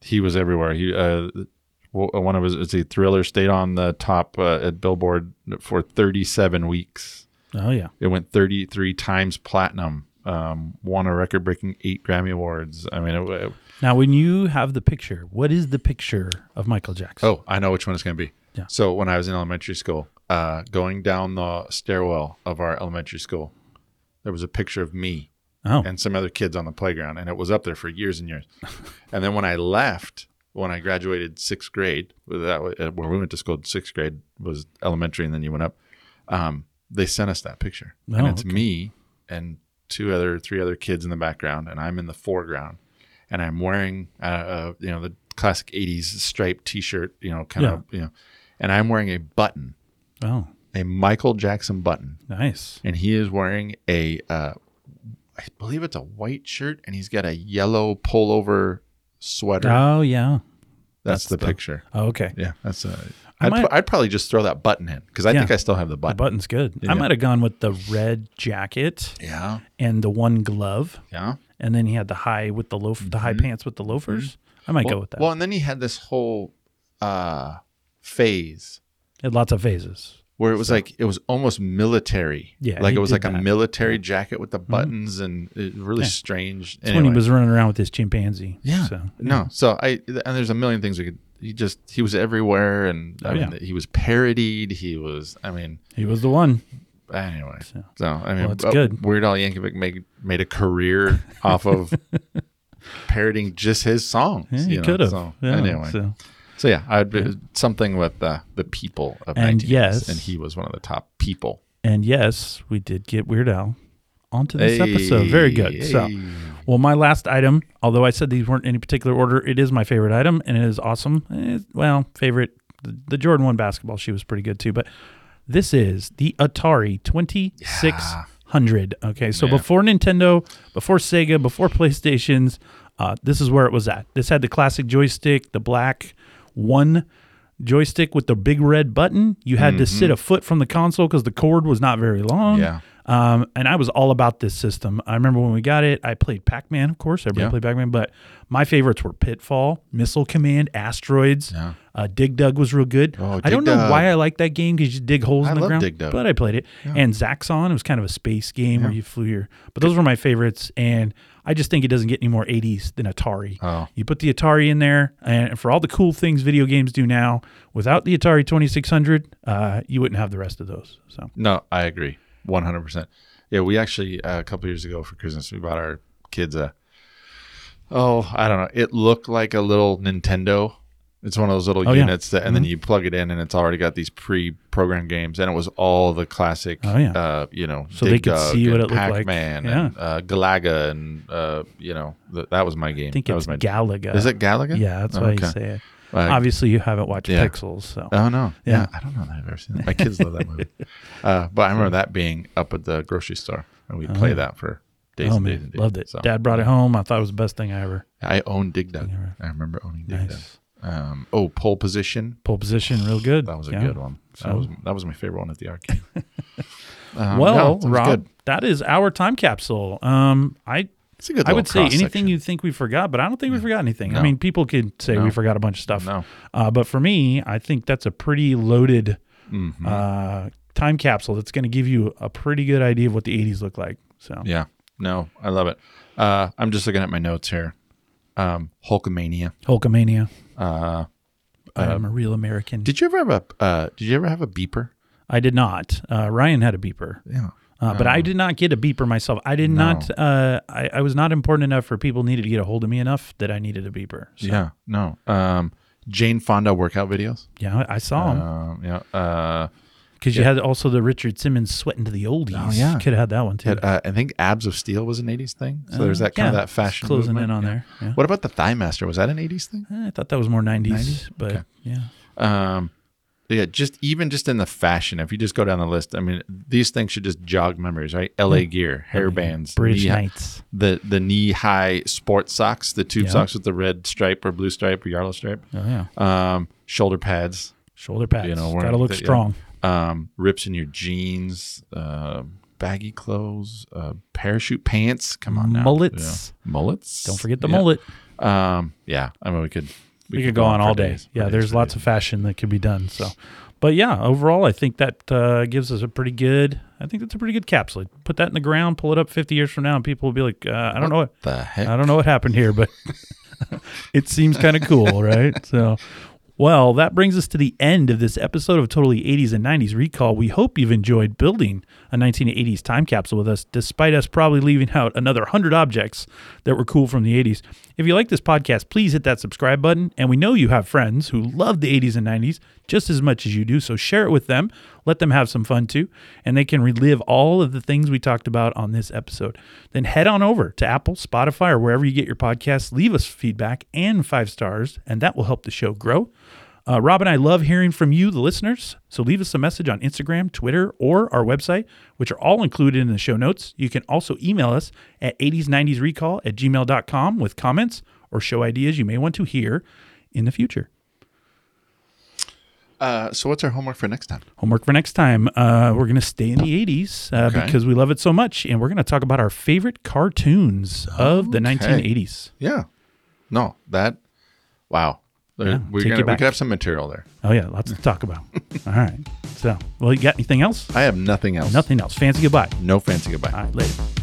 Speaker 2: he was everywhere. He, uh, w- one of his, it's a Thriller stayed on the top uh, at Billboard for 37 weeks.
Speaker 1: Oh yeah,
Speaker 2: It went 33 times platinum. Um, won a record-breaking eight Grammy awards. I mean, it, it,
Speaker 1: Now, when you have the picture, what is the picture of Michael Jackson?
Speaker 2: Oh, I know which one it's going to be.
Speaker 1: Yeah.
Speaker 2: So when I was in elementary school, uh, going down the stairwell of our elementary school, there was a picture of me
Speaker 1: Oh.
Speaker 2: and some other kids on the playground, and it was up there for years and years. and then when I left, when I graduated sixth grade, that wa- uh, where we went to school, sixth grade was elementary, and then you went up. Um, they sent us that picture, and
Speaker 1: Oh,
Speaker 2: it's me and two other, three other kids in the background, and I'm in the foreground, and I'm wearing, uh, uh, you know, the classic '80s striped T-shirt, you know, kind of, you know, and I'm wearing a button,
Speaker 1: Oh,
Speaker 2: a Michael Jackson button
Speaker 1: nice.
Speaker 2: and he is wearing a uh, I believe it's a white shirt and he's got a yellow pullover sweater.
Speaker 1: Oh, yeah.
Speaker 2: that's, the,
Speaker 1: the-
Speaker 2: picture.
Speaker 1: Oh, okay.
Speaker 2: Yeah, that's a.
Speaker 1: I
Speaker 2: I'd,
Speaker 1: might-
Speaker 2: pro- I'd probably just throw that button in because I
Speaker 1: Yeah.
Speaker 2: think I still have the
Speaker 1: The
Speaker 2: button.
Speaker 1: button's good. I
Speaker 2: Yeah.
Speaker 1: might have gone with the red jacket
Speaker 2: yeah,
Speaker 1: and the one glove,
Speaker 2: yeah.
Speaker 1: and then he had the high with the loaf, the high pants with the loafers. I might
Speaker 2: Mm-hmm. well,
Speaker 1: go with that.
Speaker 2: well, and then he had this whole uh, phase
Speaker 1: Had lots of phases.
Speaker 2: where it was like it was almost military.
Speaker 1: Yeah,
Speaker 2: like
Speaker 1: he
Speaker 2: it was
Speaker 1: did
Speaker 2: like a
Speaker 1: that. Mm-hmm.
Speaker 2: military jacket with the buttons and it was really
Speaker 1: Yeah.
Speaker 2: strange.
Speaker 1: That's when he was running around with his chimpanzee.
Speaker 2: Yeah.
Speaker 1: So,
Speaker 2: No. So I th- and there's a million things we could. He just he was everywhere, and I
Speaker 1: Oh,
Speaker 2: mean
Speaker 1: yeah.
Speaker 2: he was parodied. He was. I mean,
Speaker 1: he was the one.
Speaker 2: anyway.
Speaker 1: So-
Speaker 2: So, I mean,
Speaker 1: Well, it's
Speaker 2: uh,
Speaker 1: good.
Speaker 2: Weird Al Yankovic made made a career off of parodying just his songs.
Speaker 1: Yeah,
Speaker 2: you
Speaker 1: he
Speaker 2: know,
Speaker 1: could have.
Speaker 2: So,
Speaker 1: Yeah,
Speaker 2: anyway. So.
Speaker 1: so-
Speaker 2: yeah, I'd be something with uh, the people of
Speaker 1: And
Speaker 2: 1980s,
Speaker 1: yes.
Speaker 2: and he was one of the top people.
Speaker 1: And yes, we did get Weird Al onto this episode. Very good.
Speaker 2: Hey,
Speaker 1: So,
Speaker 2: hey.
Speaker 1: well, my last item, although I said these weren't in any particular order, it is my favorite item and it is awesome. Eh, well, favorite, the, the Jordan 1 basketball, she was pretty good too. But this is the Atari 2600. Okay. So,
Speaker 2: Yeah.
Speaker 1: before Nintendo, before Sega, before PlayStations, uh, this is where it was at. This had the classic joystick, the black one joystick with the big red button. You had to sit a foot from the console because the cord was not very long.
Speaker 2: Mm-hmm. Yeah.
Speaker 1: Um, and I was all about this system. I remember when we got it, I played Pac Man, of course. Everybody
Speaker 2: Yeah.
Speaker 1: played Pac Man, but my favorites were Pitfall, Missile Command, Asteroids. Uh, Dig Dug was real good.
Speaker 2: Oh,
Speaker 1: I don't
Speaker 2: Dig
Speaker 1: know
Speaker 2: Dug.
Speaker 1: why I like that game because you dig holes
Speaker 2: I
Speaker 1: in the
Speaker 2: love
Speaker 1: ground.
Speaker 2: Dig Dug.
Speaker 1: But I played it. And Zaxxon, it was kind of a space game where you flew your. But those were my favorites. And I just think it doesn't get any more 80s than Atari.
Speaker 2: Oh.
Speaker 1: You put the Atari in there, and for all the cool things video games do now, without the Atari 2600, uh, you wouldn't have the rest of those. So.
Speaker 2: No, I agree, one hundred percent. Yeah, we actually uh, a couple years ago for Christmas we bought our kids a. Oh, I don't know. It looked like a little Nintendo. It's one of those little
Speaker 1: Oh, yeah.
Speaker 2: units that, and then you plug it in, and it's already got these pre-programmed games, and it was all the classic.
Speaker 1: Oh, yeah.
Speaker 2: Uh, you know,
Speaker 1: So they could see what
Speaker 2: and
Speaker 1: it looked like.
Speaker 2: Pac-Man
Speaker 1: Yeah.
Speaker 2: and uh, Galaga, and uh, you know, th- that was my game.
Speaker 1: I think
Speaker 2: that
Speaker 1: it's
Speaker 2: was my.
Speaker 1: Galaga.
Speaker 2: Is it Galaga?
Speaker 1: Yeah, that's
Speaker 2: Oh,
Speaker 1: why
Speaker 2: okay.
Speaker 1: you say it.
Speaker 2: Uh,
Speaker 1: Obviously, you haven't watched
Speaker 2: yeah.
Speaker 1: Pixels, so
Speaker 2: Oh no!
Speaker 1: Yeah.
Speaker 2: Yeah. I don't know that I've ever seen that. My kids love that movie, uh, but I remember that being up at the grocery store, and we would play that for days
Speaker 1: oh
Speaker 2: and
Speaker 1: man,
Speaker 2: days and days.
Speaker 1: loved it.
Speaker 2: So,
Speaker 1: Dad brought it home. I thought it was the best thing I ever.
Speaker 2: I own Dig Dug.
Speaker 1: Never.
Speaker 2: I remember owning Dig
Speaker 1: Nice
Speaker 2: Dug. Um, oh, pole position.
Speaker 1: pole position, real good.
Speaker 2: That was a
Speaker 1: Yeah.
Speaker 2: good one.
Speaker 1: So-
Speaker 2: That was that was my favorite one at the arcade. Um,
Speaker 1: Well,
Speaker 2: no, that was
Speaker 1: Rob,
Speaker 2: good.
Speaker 1: that is our time capsule. Um, I
Speaker 2: it's a good.
Speaker 1: I would
Speaker 2: little
Speaker 1: say
Speaker 2: cross-section.
Speaker 1: anything you think we forgot, but I don't think we forgot anything. I
Speaker 2: No.
Speaker 1: mean, people could say we
Speaker 2: No.
Speaker 1: forgot a bunch of stuff.
Speaker 2: No.
Speaker 1: Uh, but for me, I think that's a pretty loaded
Speaker 2: Mhm.
Speaker 1: uh, time capsule that's going to give you a pretty good idea of what the 80s looked like. So,
Speaker 2: Yeah. No, I love it. Uh, I'm just looking at my notes here. Um, Hulkamania.
Speaker 1: Hulkamania.
Speaker 2: Uh,
Speaker 1: I am a real American.
Speaker 2: did you ever have a uh, Did you ever have a beeper?
Speaker 1: I did not. Uh, Ryan had a beeper,
Speaker 2: Yeah.
Speaker 1: uh, but
Speaker 2: Oh.
Speaker 1: I did not get a beeper myself. I did not. Uh, I, I was not important enough for people needed to get a hold of me enough that I needed a beeper. So, yeah.
Speaker 2: Yeah, no. Um, Jane Fonda workout videos.
Speaker 1: I saw him
Speaker 2: Um, yeah. Uh,
Speaker 1: because you had also the Richard Simmons sweating to the oldies.
Speaker 2: Oh, yeah.
Speaker 1: could have had that one too.
Speaker 2: had, uh, I think abs of steel was an '80s thing. So there's
Speaker 1: Uh,
Speaker 2: that kind of
Speaker 1: yeah,
Speaker 2: that fashion
Speaker 1: it's closing
Speaker 2: movement.
Speaker 1: in on
Speaker 2: Yeah.
Speaker 1: there. Yeah.
Speaker 2: What about the Thigh Master? Was that an '80s thing?
Speaker 1: Eh, I thought that was more 90s,
Speaker 2: 90s?
Speaker 1: but
Speaker 2: Okay.
Speaker 1: yeah.
Speaker 2: Um, yeah, just even just in the fashion. If you just go down the list, I mean, these things should just jog memories, right? LA gear, hairbands,
Speaker 1: British
Speaker 2: knee-
Speaker 1: Knights.
Speaker 2: the the knee high sports socks, the tube
Speaker 1: Yeah.
Speaker 2: socks with the red stripe or blue stripe or yellow stripe,
Speaker 1: Oh, yeah.
Speaker 2: um, shoulder pads,
Speaker 1: Shoulder pads.
Speaker 2: You know, we're-
Speaker 1: Gotta look
Speaker 2: yeah.
Speaker 1: strong.
Speaker 2: um, rips in your jeans, uh, baggy clothes, uh, parachute pants. Come on now,
Speaker 1: Mullets.
Speaker 2: Yeah. mullets.
Speaker 1: Don't forget the
Speaker 2: yeah.
Speaker 1: mullet.
Speaker 2: Um, yeah, I mean we could
Speaker 1: we, could go, on
Speaker 2: for
Speaker 1: all day.
Speaker 2: days, for
Speaker 1: yeah,
Speaker 2: days,
Speaker 1: there's
Speaker 2: for
Speaker 1: lots
Speaker 2: days.
Speaker 1: of fashion that could be done. So, but yeah, overall, I think that uh, gives us a pretty good. I think that's a pretty good capsule. Put that in the ground, pull it up 50 years from now, and people will be like, uh, I don't know what
Speaker 2: the heck.
Speaker 1: I don't know what happened here, but it seems kind of cool, right? So, Well, that brings us to the end of this episode of Totally 80s and 90s Recall. We hope you've enjoyed building a 1980s time capsule with us, despite us probably leaving out another 100 objects that were cool from the 80s. If you like this podcast, please hit that subscribe button. And we know you have friends who love the 80s and 90s just as much as you do, so share it with them. Let them have some fun too, and they can relive all of the things we talked about on this episode. Then head on over to Apple, Spotify, or wherever you get your podcasts. Leave us feedback and five stars, and that will help the show grow. Uh, Rob and I love hearing from you, the listeners. So leave us a message on Instagram, Twitter, or our website, which are all included in the show notes. You can also email us at 80s90srecall at gmail.com with comments or show ideas you may want to hear in the future.
Speaker 2: Uh, so what's our homework for next time?
Speaker 1: Homework for next time. Uh, we're going to stay in the 80s uh,
Speaker 2: Okay.
Speaker 1: because we love it so much. And we're going to talk about our favorite cartoons of the 1980s.
Speaker 2: Yeah. No, that. Wow. There- we're
Speaker 1: take
Speaker 2: gonna,
Speaker 1: it
Speaker 2: we
Speaker 1: back.
Speaker 2: could have some material there.
Speaker 1: Oh, yeah. Lots to talk about. All right. So, well, you got anything else?
Speaker 2: I have nothing else.
Speaker 1: Nothing else. Fancy goodbye.
Speaker 2: No fancy goodbye.
Speaker 1: All right. Later.